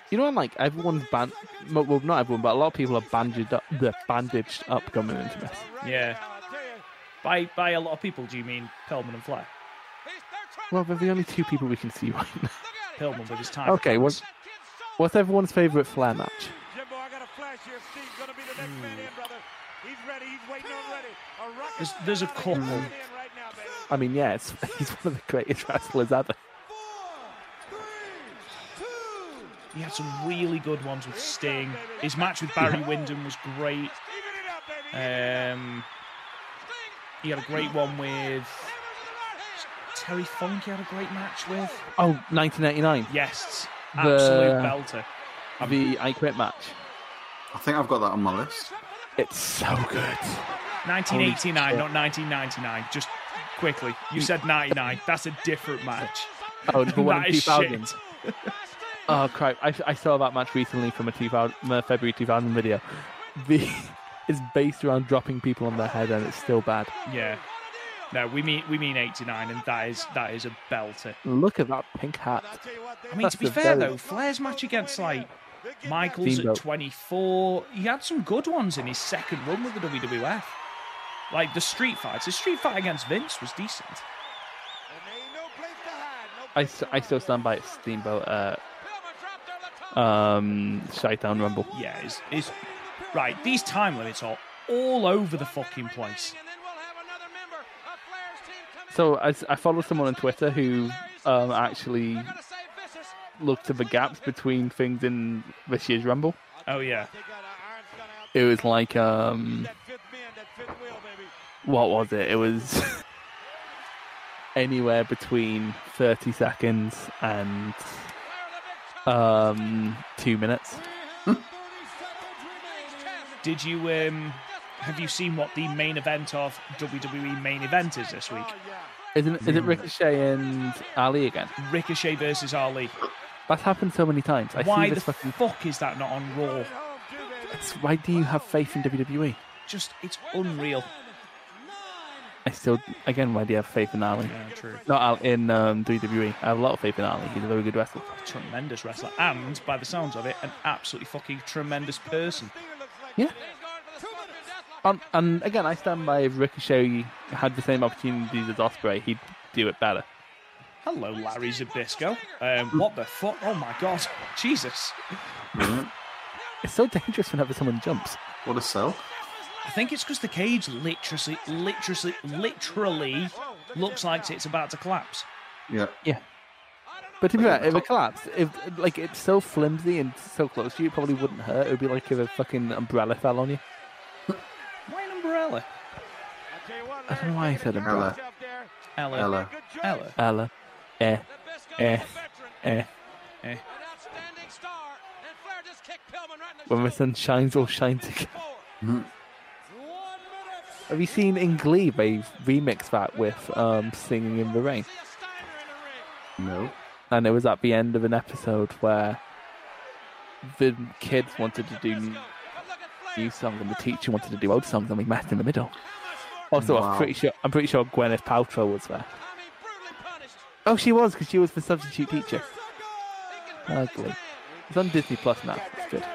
S3: You know, like everyone's ban. mo- Well, not everyone, but a lot of people are bandaged up. They're bandaged up coming into this.
S1: Yeah. By by a lot of people, do you mean Pellman and Flair?
S3: Well, they're the only two people we can see right now.
S1: Pillman with his time.
S3: (laughs) Okay, what's, what's everyone's favourite flair match?
S6: Jimbo, I got a flash here. Steve's going to be the next man in, brother. He's ready. He's waiting on ready. A rocket
S1: There's- there's a
S6: out of the gate
S1: couple.
S3: Mm.
S6: right in right now, baby.
S3: I mean, yeah, it's, (laughs) he's one of the greatest wrestlers ever.
S1: He had some really good ones with Sting. His match with Barry Windham was great.
S6: Even it up, baby.
S1: Um, he had a great one with Terry Funk. He had a great match with.
S3: Oh, 1989,
S1: Yes,
S3: The-
S1: absolute belter.
S3: the I Quit match.
S2: I think I've got that on my list.
S3: It's so good.
S1: 1989, not 1999. Just quickly, you said 99. That's a different match.
S3: Oh, the one
S1: That
S3: in
S1: is
S3: 2000.
S1: shit.
S3: Oh crap! I, I saw that match recently from a 2000, from a February 2000 video. The (laughs) it's based around dropping people on their head, and it's still bad.
S1: Yeah. No, we mean we mean 89, and that is that is a belter.
S3: Look at that pink hat.
S1: I mean,
S3: That's
S1: to be
S3: the
S1: fair
S3: very-
S1: though, Flair's match against like Michaels
S3: Steamboat.
S1: at 24, he had some good ones in his second run with the WWF. Like the street fights, his street fight against Vince was decent.
S3: I, s- I still stand by Steamboat. Uh, um, Shitedown Rumble.
S1: Yeah, it's, it's right. These time limits are all over the fucking place.
S3: So I, s- I follow someone on Twitter who um, actually looked at the gaps between things in this year's Rumble.
S1: Oh yeah,
S3: It was like um, what was it? It was (laughs) anywhere between 30 seconds and um, two minutes.
S1: did you um have you seen what the main event of WWE main event is this week?
S3: Isn't it, is it Ricochet and Ali again?
S1: Ricochet versus Ali.
S3: That's happened so many times. I
S1: Why
S3: see
S1: the
S3: this fucking.
S1: fuck is that not on Raw?
S3: It's- Why do you have faith in E? WWE?
S1: Just it's unreal.
S3: I still, again, why do you have faith in Ali?
S1: Yeah, true.
S3: Not Ali, in um, WWE. I have a lot of faith in Ali. He's a very good wrestler.
S1: Tremendous wrestler, and by the sounds of it, an absolutely fucking tremendous person.
S3: Yeah. Um, and again, I stand by if Ricochet had the same opportunities as Osprey, he'd do it better.
S1: Hello, Larry Zabisco. Um, what the fuck? Oh my god, Jesus!
S2: Brilliant.
S3: It's so dangerous whenever someone jumps.
S2: What a sell.
S1: I think it's because the cage literally, literally, literally looks like it's about to collapse.
S2: Yeah.
S3: But to be fair, if it collapsed, if like it's so flimsy and so close to you, it probably wouldn't hurt. It would be like if a fucking umbrella fell on you.
S1: Why an umbrella?
S3: I don't know why I said umbrella.
S2: Ella.
S1: Ella.
S2: Ella.
S1: Ella.
S3: Ella, eh, eh, eh.
S1: Eh.
S3: When the Hmm. sun shines, all shine together. Have you seen in Glee they've remixed that with um, singing in the rain?
S2: No.
S3: and it was at the end of an episode where the kids wanted to do new songs and the teacher wanted to do old songs and we met in the middle. Also, I'm
S2: Wow.
S3: pretty sure I'm pretty sure Gwyneth Paltrow was there. Oh, she was because she was the substitute teacher. Ugly. It's on Disney Plus now. It's good.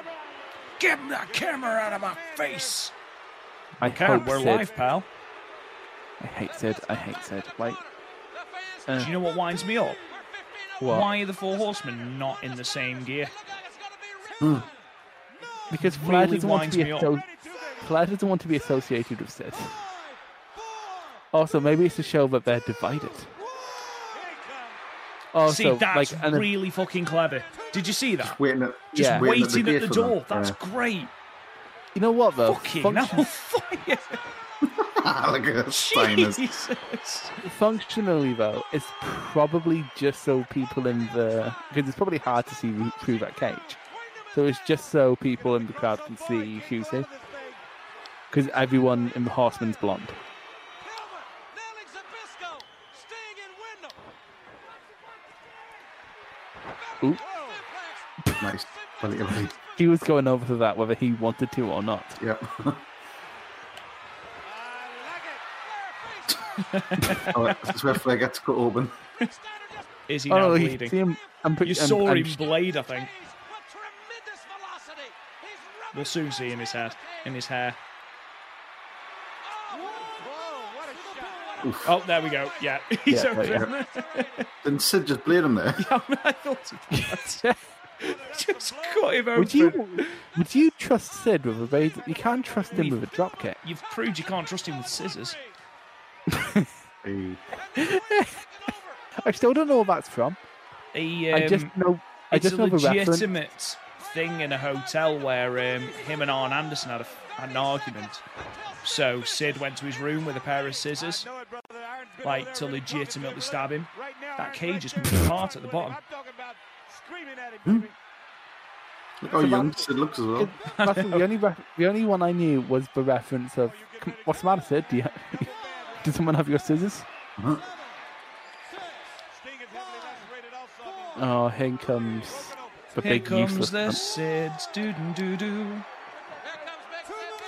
S1: Get that camera out of my face!
S3: I
S1: Okay,
S3: hope
S1: we're
S3: Sid.
S1: live, pal.
S3: I hate Sid. I hate Sid. Wait,
S1: Do you know what winds me up?
S3: what?
S1: Why are the four horsemen not in the same gear?
S3: Hmm. Because Flair
S1: really
S3: doesn't want
S1: winds
S3: to
S1: me
S3: be
S1: up.
S3: asso- Flair doesn't want to be associated with Sid. Also, maybe it's to show that they're divided. Also,
S1: See, that's
S3: like, and then-
S1: really fucking clever. Did you see that?
S2: Waiting at, just
S3: Yeah.
S2: waiting,
S1: Waiting
S2: at the, gate for them.
S1: door. That's
S2: Yeah.
S1: great.
S3: you know what though?
S1: Fucking
S3: Function-
S1: hell, (laughs) fire.
S2: (laughs) like
S1: (laughs)
S2: a sinus.
S1: Jesus.
S3: Functionally, though, it's probably just so people in the because it's probably hard to see who- through that cage. So it's just so people in the crowd can see who's who. Because everyone in the Horseman's blonde. (laughs) Ooh,
S2: Nice. Bloody lovely.
S3: he was going over for that whether he wanted to or not.
S2: Yeah. (laughs) oh, this is where Flair gets cut open.
S1: Is he
S3: oh,
S1: now
S3: no, he-
S1: bleeding?
S3: see him. I'm pretty.
S1: You
S3: I'm-
S1: saw
S3: I'm-
S1: him blade, I think. We'll soon see in his head, in his hair.
S2: Oof.
S1: Oh, there we go. Yeah, (laughs) he's
S2: Yeah,
S1: over
S2: there you
S1: him.
S2: Didn't Sid just blade him there?
S1: I thought he was. just cut him open.
S3: Would you would you trust Sid with a razor? You can't trust him with a drop kick.
S1: You've proved you can't trust him with scissors.
S2: Hey.
S3: I still don't know what that's from.
S1: He,
S3: I just
S1: um,
S3: know. I
S1: it's
S3: just
S1: a
S3: know the reference.
S1: legitimate thing in a hotel where um, him and Arn Anderson had, a, had an argument. So Sid went to his room with a pair of scissors, like to legitimately stab him. That cage is coming apart at the bottom. Hmm?
S2: Look how young Sid looks as well.
S3: That's the only ref- the only one I knew was the reference of "Come- what's the matter, Sid? Do you (laughs) did someone have your scissors? Oh, here comes the
S1: Here
S3: big
S1: comes
S3: useless.
S1: the
S3: one.
S1: Sid, doo doo doo.
S3: (laughs)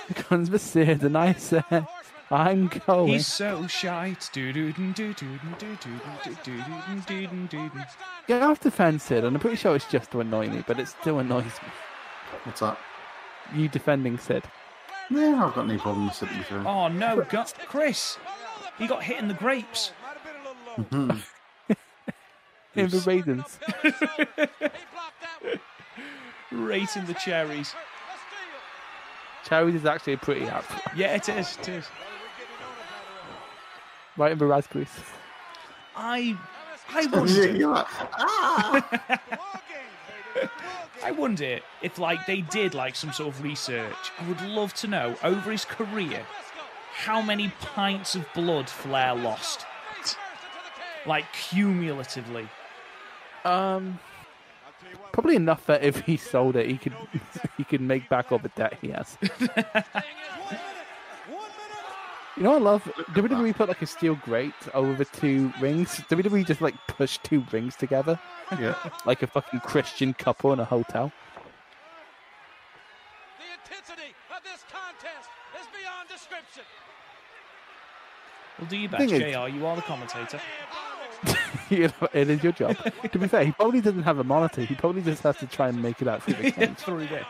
S3: Here comes the Sid, and I said, "I'm going."
S1: He's so shite. Doo doo doo doo doo doo doo doo doo doo doo doo.
S3: Get off the fence, Sid. And I'm pretty sure it's just to annoy me, but it still annoys
S2: What's that?
S3: me. You defending Sid?
S2: Yeah, I've got no problem with Sid. to be fair. (laughs)
S1: Oh no, God. Chris, he got hit in the grapes. Mm-hmm.
S3: In the raisins.
S1: (laughs) Right in the cherries.
S3: Cherries is actually a pretty app.
S1: Yeah, it is. It is.
S3: Right in the raspberries.
S1: I, I
S2: Yeah,
S1: wonder,
S2: you're "Ah." right.
S1: (laughs) I wonder if like they did like some sort of research. I would love to know over his career how many pints of blood Flair lost, like cumulatively.
S3: Um, probably enough that if he sold it, he could (laughs) he could make back all the debt he has. You know, what I love WWE put like a steel grate over the two rings. WWE just like pushed two rings together
S2: Yeah.
S3: like a fucking Christian couple in a hotel. (laughs)
S7: The intensity of this contest is beyond description.
S1: Well, do your
S3: Thing
S1: best,
S3: is-
S1: Jr. You are the commentator. (laughs)
S3: You know, it is your job. to be fair, he probably doesn't have a monitor. He probably just has to try and make it out through
S1: (laughs)
S3: the cage. (laughs)
S1: Through this.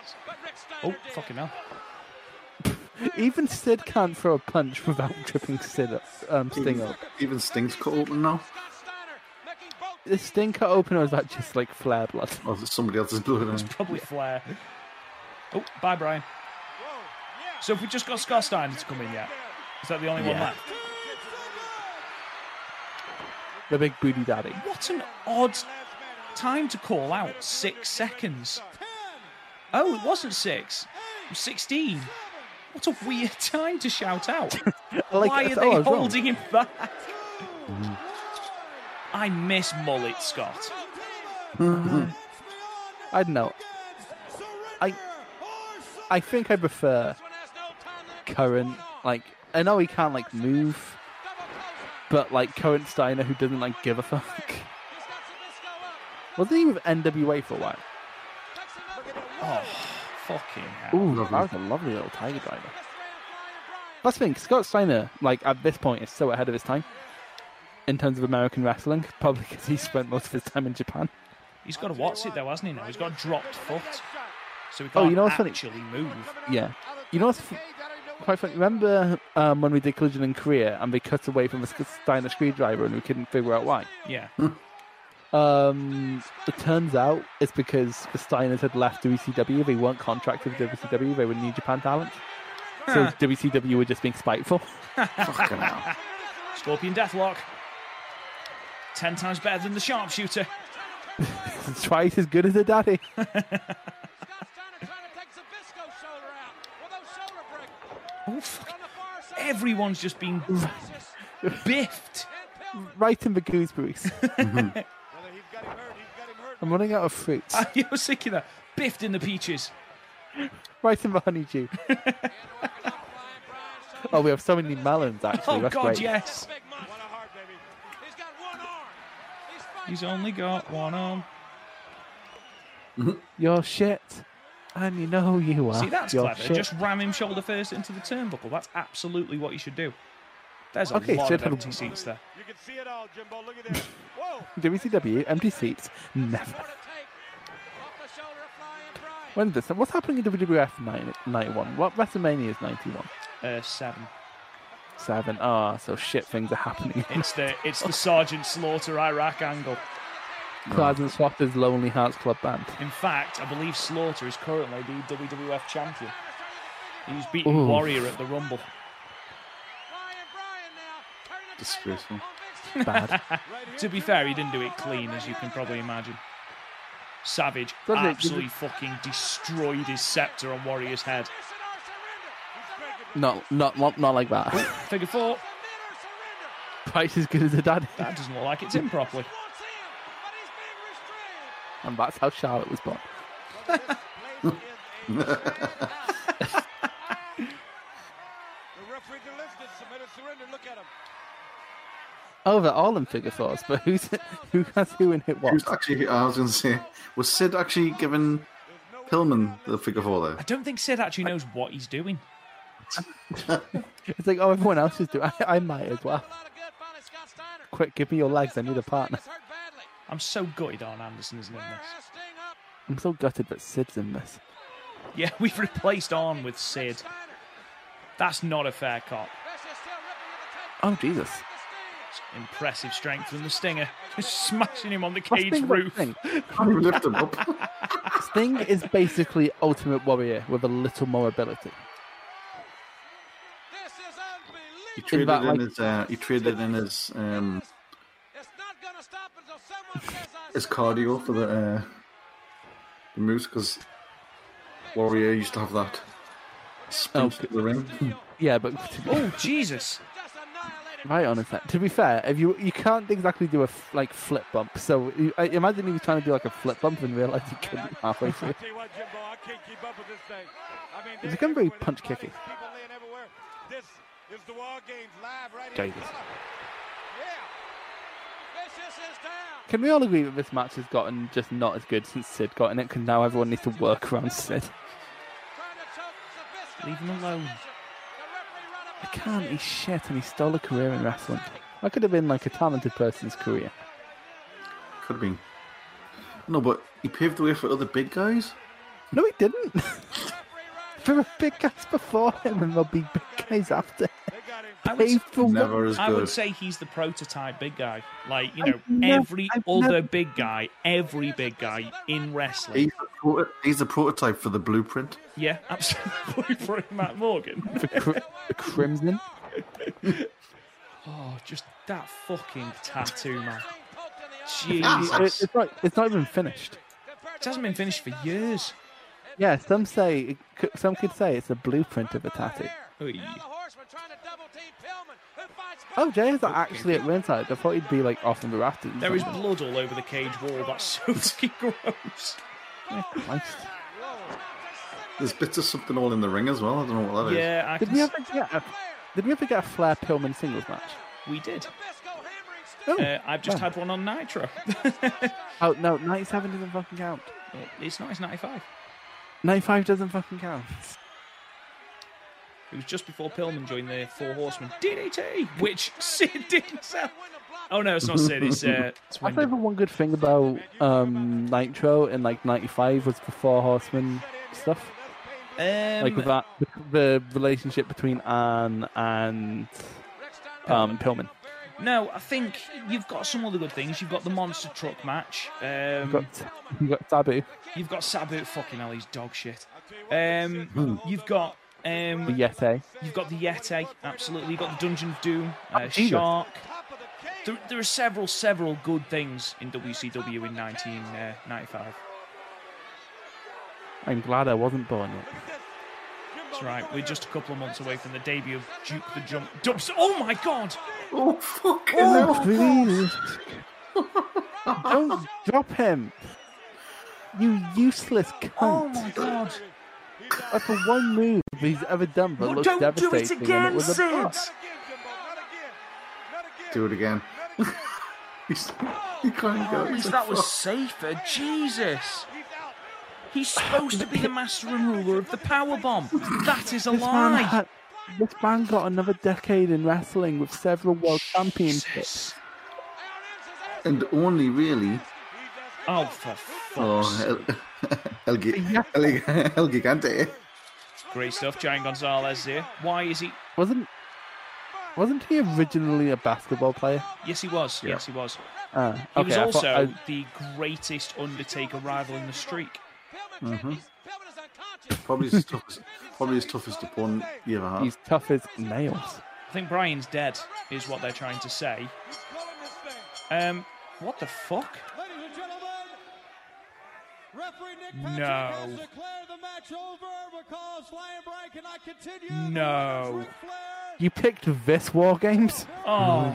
S1: Oh, fucking hell.
S3: Even Sid can't throw a punch without (laughs) tripping Sid up, um, Sting up.
S2: Even Sting's cut open now.
S3: The Sting cut open or is that just like flare blood? (laughs)
S2: Or is it somebody else's blood in
S1: It's
S2: him?
S1: probably Flair. Oh, bye, Brian. So if we just got Scott Steiner to come in yet, is that the only one
S3: Yeah.
S1: left?
S3: The big booty daddy.
S1: What an odd time to call out. Six seconds. Oh, it wasn't six. It was 16. What a weird (laughs) time to shout out.
S3: (laughs) Like,
S1: Why are
S3: oh,
S1: they
S3: I was wrong.
S1: holding him back? I miss Mullet Scott.
S3: I don't know. I I think I prefer current like I know he can't like move, but like current Steiner who doesn't like give a fuck. Wasn't he with NWA for a while?
S1: Oh, fucking hell.
S3: Ooh, that was a lovely little tiger driver. That's the thing, Scott Steiner, like at this point, is so ahead of his time in terms of American wrestling, (laughs) probably because he spent most of his time in Japan.
S1: He's got a what's it though, hasn't he? Now he's got a dropped foot, so he
S3: Oh,
S1: can't
S3: you know what's funny?
S1: actually move.
S3: Yeah. You know what's f- quite funny? Remember um, when we did Collision in Korea and they cut away from the Sc- Steiner screwdriver and we couldn't figure out why?
S1: Yeah.
S3: Um, it turns out it's because the Steiners had left WCW. They weren't contracted with WCW. They were New Japan talent. So WCW were just
S1: (laughs)
S3: being spiteful.
S2: Fucking hell.
S1: Scorpion Deathlock. Ten times better than the Sharpshooter.
S3: (laughs) It's twice as good as a daddy.
S1: Oh, fuck. Everyone's just been biffed.
S3: Right in the gooseberries. I'm running out of
S1: (laughs)
S3: fruits.
S1: I was thinking that. Biffed in the peaches.
S3: Right in the honeydew. oh, we have so many melons, actually.
S1: Oh,
S3: That's
S1: God,
S3: great.
S1: yes.
S7: He's got one arm. He's fighting
S1: He's only got one arm.
S3: You're shit. And you know who you are.
S1: See, that's
S3: You're
S1: clever.
S3: Ah, shit.
S1: Just ram him shoulder first into the turnbuckle. That's absolutely what you should do. There's a
S3: Okay,
S1: lot
S3: so
S1: of
S3: it had-
S1: empty seats there.
S6: You can see it all, Jimbo. Look at this. Whoa!
S3: WCW, empty seats. Never.
S7: for the tape. Off the shoulder of Flying Brian.
S3: When this? What's happening in WWF 9- 91? What WrestleMania is 91?
S1: Uh, seven.
S3: seven. Ah, so shit things are happening.
S1: It's the it's the Sergeant Slaughter Iraq angle.
S3: Clads and Swatters Lonely Hearts Club Band.
S1: In fact, I believe Slaughter is currently the WWF champion. He's beaten
S3: Ooh.
S1: Warrior at the Rumble.
S2: Disgraceful.
S1: (laughs)
S3: Bad.
S1: To be fair, he didn't do it clean, as you can probably imagine. Savage
S3: Does it- does
S1: absolutely fucking destroyed his scepter on Warrior's head.
S3: not, not, not, not like that.
S1: Figure four.
S3: (laughs) Price as good as a daddy.
S1: That doesn't look like it's in properly.
S3: And that's how Charlotte was born.
S6: The referee can lift it, submit it, surrender. Look at him.
S3: Oh, they're all in figure fours, but who's (laughs) who has who and hit what?
S2: Who's actually? I was going to say, was Sid actually giving Pillman the figure four there?
S1: I don't think Sid actually knows what he's doing.
S3: It's like, oh, everyone else is doing. I, I might as well. Quick, give me your legs. I need a partner.
S1: I'm so gutted Arn Anderson isn't in this. (laughs)
S3: I'm so gutted that Sid's in this.
S1: Yeah, we've replaced Arn with Sid. That's not a fair cop.
S3: Oh Jesus!
S1: Impressive strength from the Stinger. (laughs) Just smashing him on the
S3: That's
S1: cage
S3: Sting,
S1: roof.
S3: Sting.
S2: Can't even lift him up. (laughs)
S3: Sting is basically Ultimate Warrior with a little more ability.
S2: He traded
S3: that,
S2: in
S3: like-
S2: his. Uh, he traded in his um, his cardio for the uh, the moves because Warrior used to have that sprint
S3: Oh.
S2: to the ring.
S3: Yeah, but to
S1: (laughs)
S3: be,
S1: Oh, Jesus.
S3: right on his head. To be fair, if you you can't exactly do a f- like flip bump, so you, I imagine he was trying to do like a flip bump and realized he couldn't halfway through.
S6: Tell you what, Jimbo, I can't keep up with this thing. I mean,
S3: It's
S6: they're
S3: become very
S6: everywhere. There's
S3: punch-kicky.
S6: bodies, people laying everywhere. This is the War Games live right here.
S3: Jesus.
S6: Yeah. Vicious is down.
S3: Can we all agree that this match has gotten just not as good since Sid got in it? Because now everyone needs to work around Sid.
S6: Trying to choke Zabisco.
S1: Leave him alone.
S6: The referee right up
S3: I can't. He's shit, and he stole a career in wrestling. I could have been like a talented person's career.
S2: Could have been. No, but he paved the way for other big guys.
S3: No, he didn't. (laughs) there were big guys before him, and there'll be big guys after.
S1: I would,
S3: Pay (laughs) for
S2: Never
S3: what?
S2: as
S1: Oh, I
S2: good.
S1: would say he's the prototype big guy. Like, you know,
S3: nev-
S1: every
S3: I've
S1: other
S3: never-
S1: big guy, every big guy in wrestling.
S2: He's the, pro- he's the prototype for the blueprint.
S1: Yeah, (laughs) absolutely. For Matt Morgan. (laughs)
S3: The, cr- the Crimson.
S1: Oh, just that fucking tattoo, man.
S3: It-
S1: Jesus.
S3: it's, not, it's not even finished.
S1: It hasn't been finished for years.
S3: Yeah, some say, it could- some could say it's a blueprint of a tattoo.
S1: Oy.
S3: Oh, Jay is actually at ringside. I thought he'd be like off in the rafters.
S1: There is blood all over the cage wall. That's (laughs) so fucking gross.
S3: Christ.
S2: There's bits of something all in the ring as well. I don't know what that is.
S1: Yeah, I
S3: Did
S1: can
S3: we
S1: s-
S3: ever get a, did we ever get a Flair Pillman singles match?
S1: we did.
S3: Oh,
S1: Uh, I've just
S3: wow.
S1: had one on Nitro. (laughs)
S3: oh no, ninety seven doesn't fucking count.
S1: it's not. It's ninety-five.
S3: Ninety five doesn't fucking count.
S1: It was just before Pillman joined the Four Horsemen. DDT, which (laughs) Sid didn't sell. Oh no, it's not Sid. It's
S3: (laughs)
S1: uh, it's
S3: I think the
S1: Wyndham.
S3: one good thing about um, Nitro in like '95 was the Four Horsemen stuff, like with
S1: Um,
S3: that the relationship between Anne and um, Pillman.
S1: no, I think you've got some other good things. You've got the monster truck match. Um,
S3: You got, you got Sabu,
S1: You've got Sabu fucking hell, he's dog shit. Um, you've got
S3: the
S1: um,
S3: Yeti.
S1: you've got the Yeti, absolutely. You've got the Dungeon of Doom, uh,
S3: Jesus.
S1: Shark. There, there are several, several good things in WCW in uh, 1995.
S3: I'm glad I wasn't born yet.
S1: That's right. We're just a couple of months away from the debut of Duke the Jump Dubs. Oh my God!
S2: Oh fuck!
S1: Oh,
S3: Please, don't drop him. You useless cunt.
S1: Oh my God!
S3: That's the one move he's ever done that
S1: Well,
S3: looks
S1: don't do
S3: devastating.
S1: it
S3: and
S1: again,
S3: was a-
S1: Sid.
S2: Do it again. (laughs) He's, he can't go.
S1: Oh, At least that was safer. Jesus! He's supposed to be the master and ruler of the power bomb. That is a
S3: This man,
S1: lie.
S3: had, this man got another decade in wrestling with several world championships.
S1: Jesus.
S2: and only really.
S1: Oh, for fuck's sake.
S2: Oh, El, (laughs) El, Gi- El, El Gigante.
S1: Great stuff, Giant Gonzalez here. Why is he?
S3: Wasn't Wasn't he originally a basketball player?
S1: Yes, he was. Yes, he was.
S3: Uh,
S1: He
S3: okay,
S1: was
S3: I thought
S1: also
S3: I-
S1: the greatest Undertaker rival in the streak.
S7: Pillman can't be. Pillman is unconscious.
S2: Probably his toughest, probably his toughest opponent you ever had.
S3: he's tough as nails.
S1: I think Brian's dead, is what they're trying to say.
S7: He's calling this thing.
S1: Um, what the fuck?
S7: Ladies and gentlemen, referee Nick Patrick
S1: No.
S7: has declared the match over because Lion Brian cannot continue.
S1: No.
S7: The winner is Ric Flair.
S3: You picked this War Games?
S1: Oh,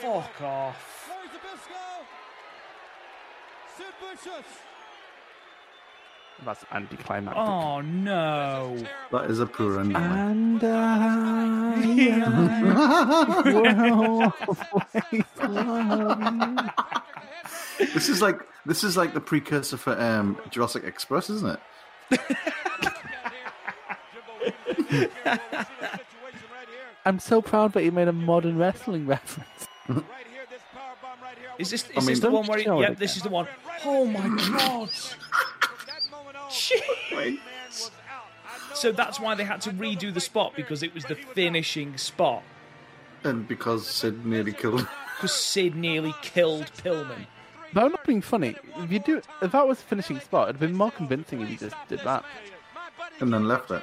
S1: fuck off.
S7: Larry Zabisco. Sid Vicious.
S3: That's anticlimactic.
S1: Oh no.
S2: That is a poor ending. mate.
S3: And I
S1: Yeah.
S3: will wait
S2: This is like this is like the precursor for um, Jurassic Express, isn't it?
S3: (laughs) I'm so proud that you made a modern wrestling reference.
S1: Is this is
S2: mean,
S1: this the one where? He,
S3: show it
S1: yep, this
S3: again.
S1: is the one. Oh my god. (laughs) Jeez. So that's why they had to redo the spot because it was the finishing spot
S2: And because Sid nearly killed. (laughs)
S1: because Sid nearly killed Pillman.
S3: Though I'm not being funny, if you do, if that was a finishing spot, it'd have been more convincing if you just did that. Mm-hmm.
S2: And then left it.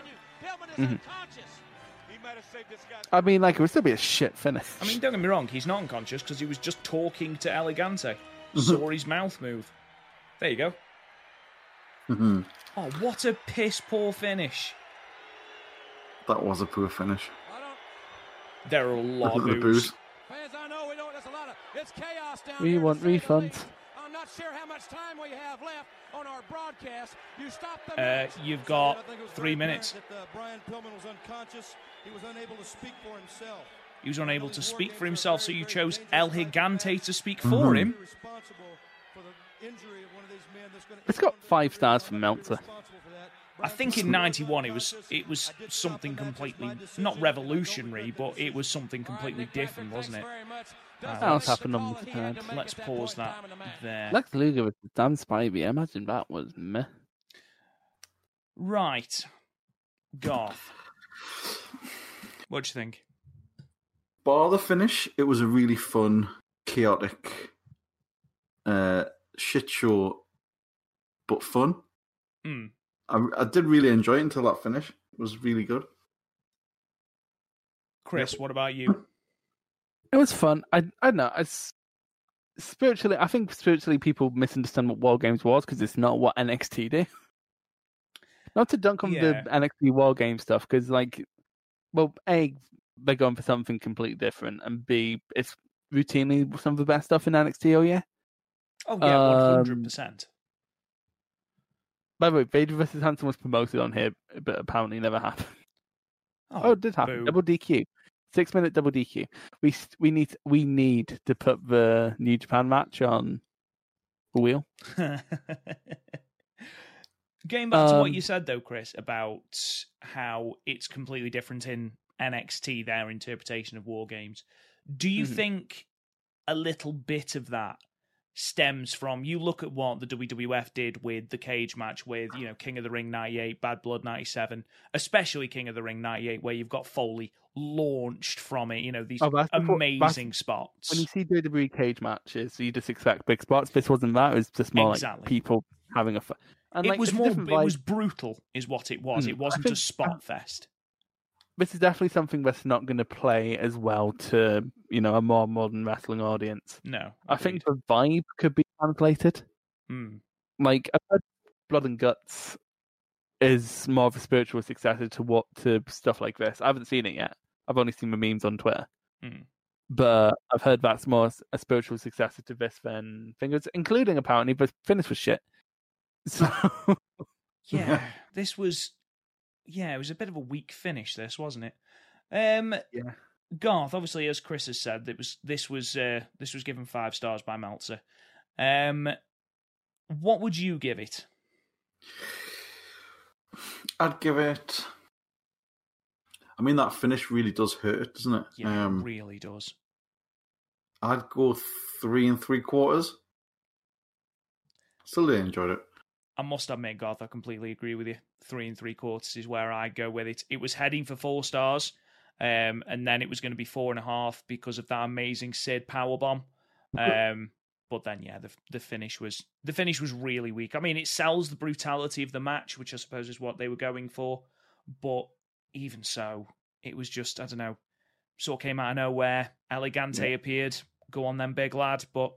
S3: I mean, like it would still be a shit finish.
S1: I mean, don't get me wrong, he's not unconscious because he was just talking to Elegante.
S2: Mm-hmm.
S1: Saw his mouth move. There you go.
S2: Mm-hmm.
S1: Oh, what a piss poor finish.
S2: That was a poor finish.
S1: There are a lot
S2: Look
S1: of
S2: at the
S1: moves.
S2: booze.
S7: Fans, I know we know that's a lot of. It's chaos down
S3: We
S7: here, to
S3: want
S7: say the
S3: refunds.
S7: least. I'm not sure how much time we have left on our broadcast. You stop the
S1: Uh,
S7: match.
S1: you've got
S5: I think it was
S1: three
S5: very
S1: minutes.
S5: apparent That, uh, Brian Pillman was unconscious. He was unable to speak for himself.
S1: He was unable to speak for himself, so you chose El Gigante to speak
S2: Mm-hmm.
S1: for him.
S5: Responsible for the injury of one of these men that's gonna-
S3: It's got five stars from Meltzer.
S1: I think in '91 it was it was something completely not revolutionary, but it was something completely different, wasn't it? Uh,
S3: That's happened on the third.
S1: Let's pause that there.
S3: Lex Luger with damn Spivey. I imagine that was meh.
S1: Right, Garth. What do you think?
S2: Bar the finish, it was a really fun, chaotic, uh, shit show, but fun.
S1: Mm.
S2: I, I did really enjoy it until that finish. It was really good.
S1: Chris, what about
S3: (clears throat)
S1: you?
S3: It was fun. I I don't know. I s spiritually, I think spiritually people misunderstand what War Games was because it's not what NXT did. Not to dunk on
S1: Yeah.
S3: the NXT War Game stuff because, like, well, a they're going for something completely different, and b it's routinely some of the best stuff in NXT. Oh yeah.
S1: Oh yeah, one
S3: Um,
S1: hundred percent.
S3: By the way, Vader versus Hanson was promoted on here, but apparently never happened. Oh, it did happen.
S1: boo.
S3: Double DQ, six minute double DQ. We s- we need we need to put the New Japan match on the wheel.
S1: (laughs) Going back to what
S3: Um,
S1: you said though, Chris, about how it's completely different in NXT their interpretation of war games. Do you
S3: Mhm.
S1: think a little bit of that stems from you look at what the WWF did with the cage match with, you know, King of the Ring 98, Bad Blood 97, especially King of the Ring 98 where you've got Foley launched from it, you know, these
S3: Oh, that's before- that's-
S1: amazing spots.
S3: When you see WWE cage matches, you just expect big spots. This wasn't that. It was just more
S1: Exactly.
S3: like people having a fun. And
S1: it
S3: like,
S1: was
S3: it's a
S1: more
S3: different
S1: it
S3: vibe.
S1: was brutal is what it was.
S3: Mm,
S1: It
S3: I
S1: wasn't
S3: think-
S1: a spot fest.
S3: This is definitely something that's not going to play as well to you know a more modern wrestling audience.
S1: No.
S3: I think the vibe could be translated.
S1: Mm.
S3: Like I've heard Blood and Guts is more of a spiritual successor to what to stuff like this. I haven't seen it yet. I've only seen the memes on Twitter.
S1: Hmm.
S3: But I've heard that's more s- a spiritual successor to this than fingers, including apparently, but finish was shit. (laughs) So
S1: Yeah, (sighs) this was. Yeah, it was a bit of a weak finish. This wasn't it. Um,
S3: Yeah.
S1: Garth, obviously, as Chris has said, that was this was uh, this was given five stars by Meltzer. Um, what would you give it?
S2: I'd give it. I mean, that finish really does hurt, doesn't it? Um,
S1: Yeah,
S3: Um,
S1: it really does.
S2: I'd go three and three quarters. Still really enjoyed it.
S1: I must admit, Garth, I completely agree with you. Three and three quarters is where I go with it. It was heading for four stars, Um, and then it was going to be four and a half because of that amazing Sid power bomb. Um, but then yeah, the the finish was the finish was really weak. I mean, it sells the brutality of the match, which I suppose is what they were going for. But even so, it was just I don't know. Sort of came out of nowhere. Elegante appeared. Go on then, big lad. But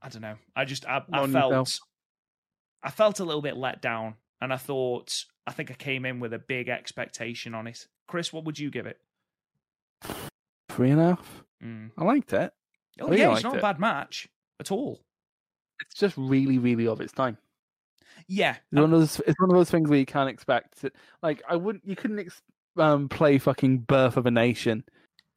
S1: I don't know. I just I, I
S3: on,
S1: felt
S3: Miguel.
S1: I felt a little bit let down, and I thought I think I came in with a big expectation on it. Chris, what would you give it?
S3: Three and a half.
S1: Mm.
S3: I liked it.
S1: Oh
S3: really
S1: yeah, it's
S3: liked
S1: not a
S3: it.
S1: bad match at all.
S3: It's just really, really of its time.
S1: Yeah,
S3: It's one of those. It's one of those things where you can't expect. It. Like I wouldn't. You couldn't ex- um, play fucking Birth of a Nation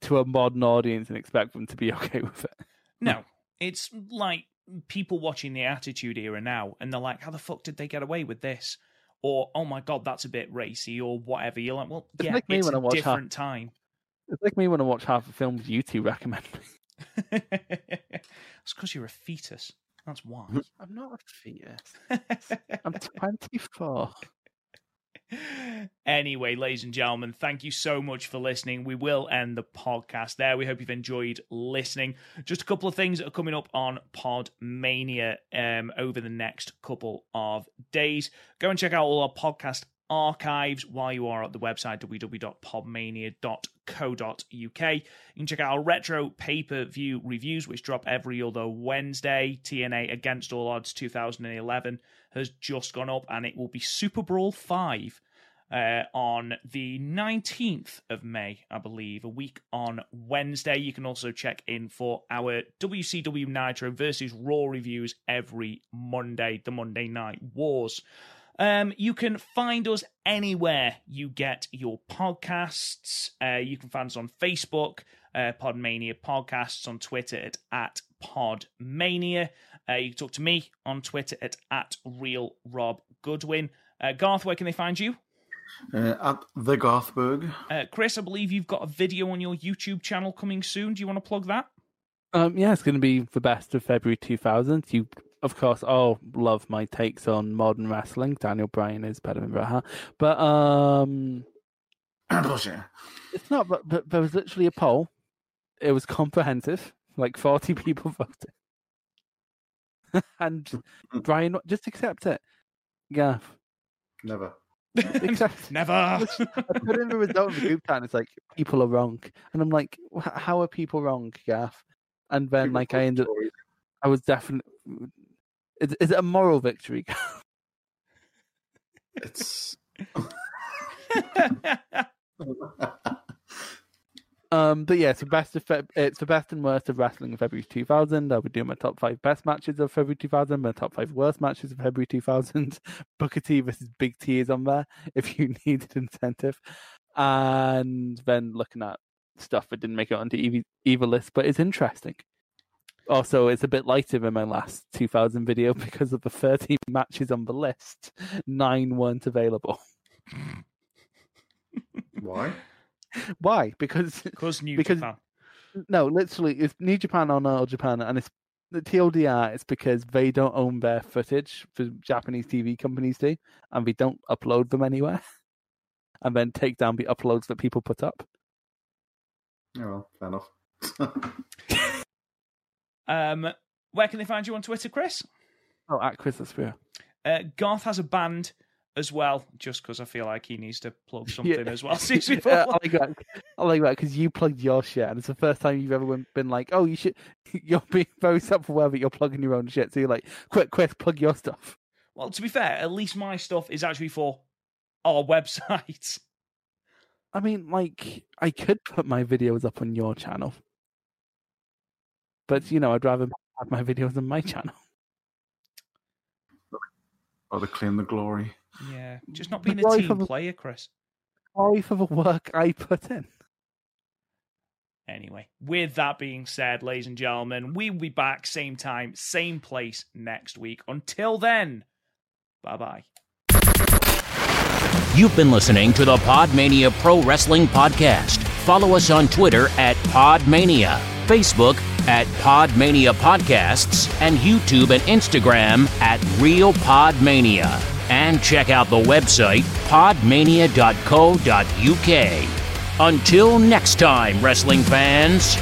S3: to a modern audience and expect them to be (laughs) okay with it.
S1: No, it's like people watching the Attitude Era now, and they're like, "How the fuck did they get away with this?" Or, "Oh my god, that's a bit racy," or whatever. You're like, "Well,
S3: It's
S1: yeah,
S3: like me
S1: it's
S3: when
S1: a
S3: I watch Har-
S1: different time." (laughs)
S3: It's like me when I watch half the films you two recommend.
S1: it's because you're a fetus. That's why.
S3: (laughs) (laughs) I'm not a fetus. I'm 24.
S1: anyway, ladies and gentlemen, thank you so much for listening. We will end the podcast there. We hope you've enjoyed listening. Just a couple of things that are coming up on Podmania um, over the next couple of days. Go and check out all our podcast archives while you are at the website www.podmania.co.uk. You can check out our retro pay per view reviews, which drop every other Wednesday. TNA Against All Odds 2011 has just gone up, and it will be Super Brawl 5 uh, on the 19th of May, I believe, a week on Wednesday. You can also check in for our WCW Nitro versus Raw reviews every Monday, the Monday Night Wars. Um, you can find us anywhere you get your podcasts. Uh, you can find us on Facebook, uh, Podmania Podcasts, on Twitter at, at Podmania. Uh, you can talk to me on Twitter at, at Real Rob Goodwin. Uh, Garth, where can they find you?
S2: Uh, at the (coughs) Garthburg.
S1: Uh, Chris, I believe you've got a video on your YouTube channel coming soon. Do you want to plug that?
S3: Um, yeah, it's going to be the best of February 2000. You, of course, all love my takes on modern wrestling. Daniel Bryan is better than Braha. But um,
S2: Bullshit.
S3: it's not, but, but there was literally a poll. It was comprehensive, like 40 (laughs) people voted. (laughs) and Brian, just accept it. (laughs) Yeah,
S2: Never.
S3: accept
S1: (laughs)
S3: (laughs)
S1: Never.
S3: I put in the result of the group chat, and it's like people are wrong, and I'm like, "Wh- how are people wrong, Gaff? And then like I ended,
S2: Stories.
S3: I was definitely. Is, is it a moral victory? Gaff?
S2: It's.
S3: Um, but yeah, it's the best of Feb- it's the best and worst of wrestling of February 2000. I would do my top five best matches of February 2000, my top five worst matches of February 2000. (laughs) Booker T versus Big T is on there if you (laughs) needed incentive, and then looking at stuff that didn't make it onto Evie- Evil list, but it's interesting. Also, it's a bit lighter than my last 2000 video (laughs) because of the 13 matches on the list, nine weren't available.
S2: Why?
S3: Why? Because
S1: Because New
S3: Because-
S1: Japan.
S3: No, literally, it's New Japan on All Japan, and it's the TLDR. It's because they don't own their footage for Japanese TV companies do, and they don't upload them anywhere, (laughs) and then take down the uploads that people put up.
S2: Yeah, Oh, well, fair enough. (laughs)
S1: Um, where can they find you on Twitter, Chris?
S3: Oh, at Chris Spear.
S1: Uh, Garth has a band as well, just because I feel like he needs to
S3: (laughs)
S1: plug something as well. (laughs) Since we
S3: (laughs) yeah, I like that. I like that because you plugged your shit, and it's the first time you've ever been- been like, "Oh, you should." (laughs) You're being very self-aware that you're plugging your own shit, so you're like, "Quick, Chris, plug your stuff."
S1: Well, to be fair, at least my stuff is actually for our (laughs) website.
S3: I mean, like, I could put my videos up on your channel, but you know, I'd rather have my (laughs) videos on my channel.
S2: Or to claim the glory.
S1: Yeah, just not being
S3: Well,
S1: a
S3: if
S1: team
S3: I'm-
S1: player, Chris.
S3: Sorry for the work I put in.
S1: Anyway, with that being said, ladies and gentlemen, we'll be back same time, same place next week. Until then, bye bye.
S8: You've been listening to the Podmania Pro Wrestling Podcast. Follow us on Twitter at Podmania, Facebook at Podmania Podcasts, and YouTube and Instagram at Real Podmania. And check out the website podmania.co.uk. Until next time, wrestling fans.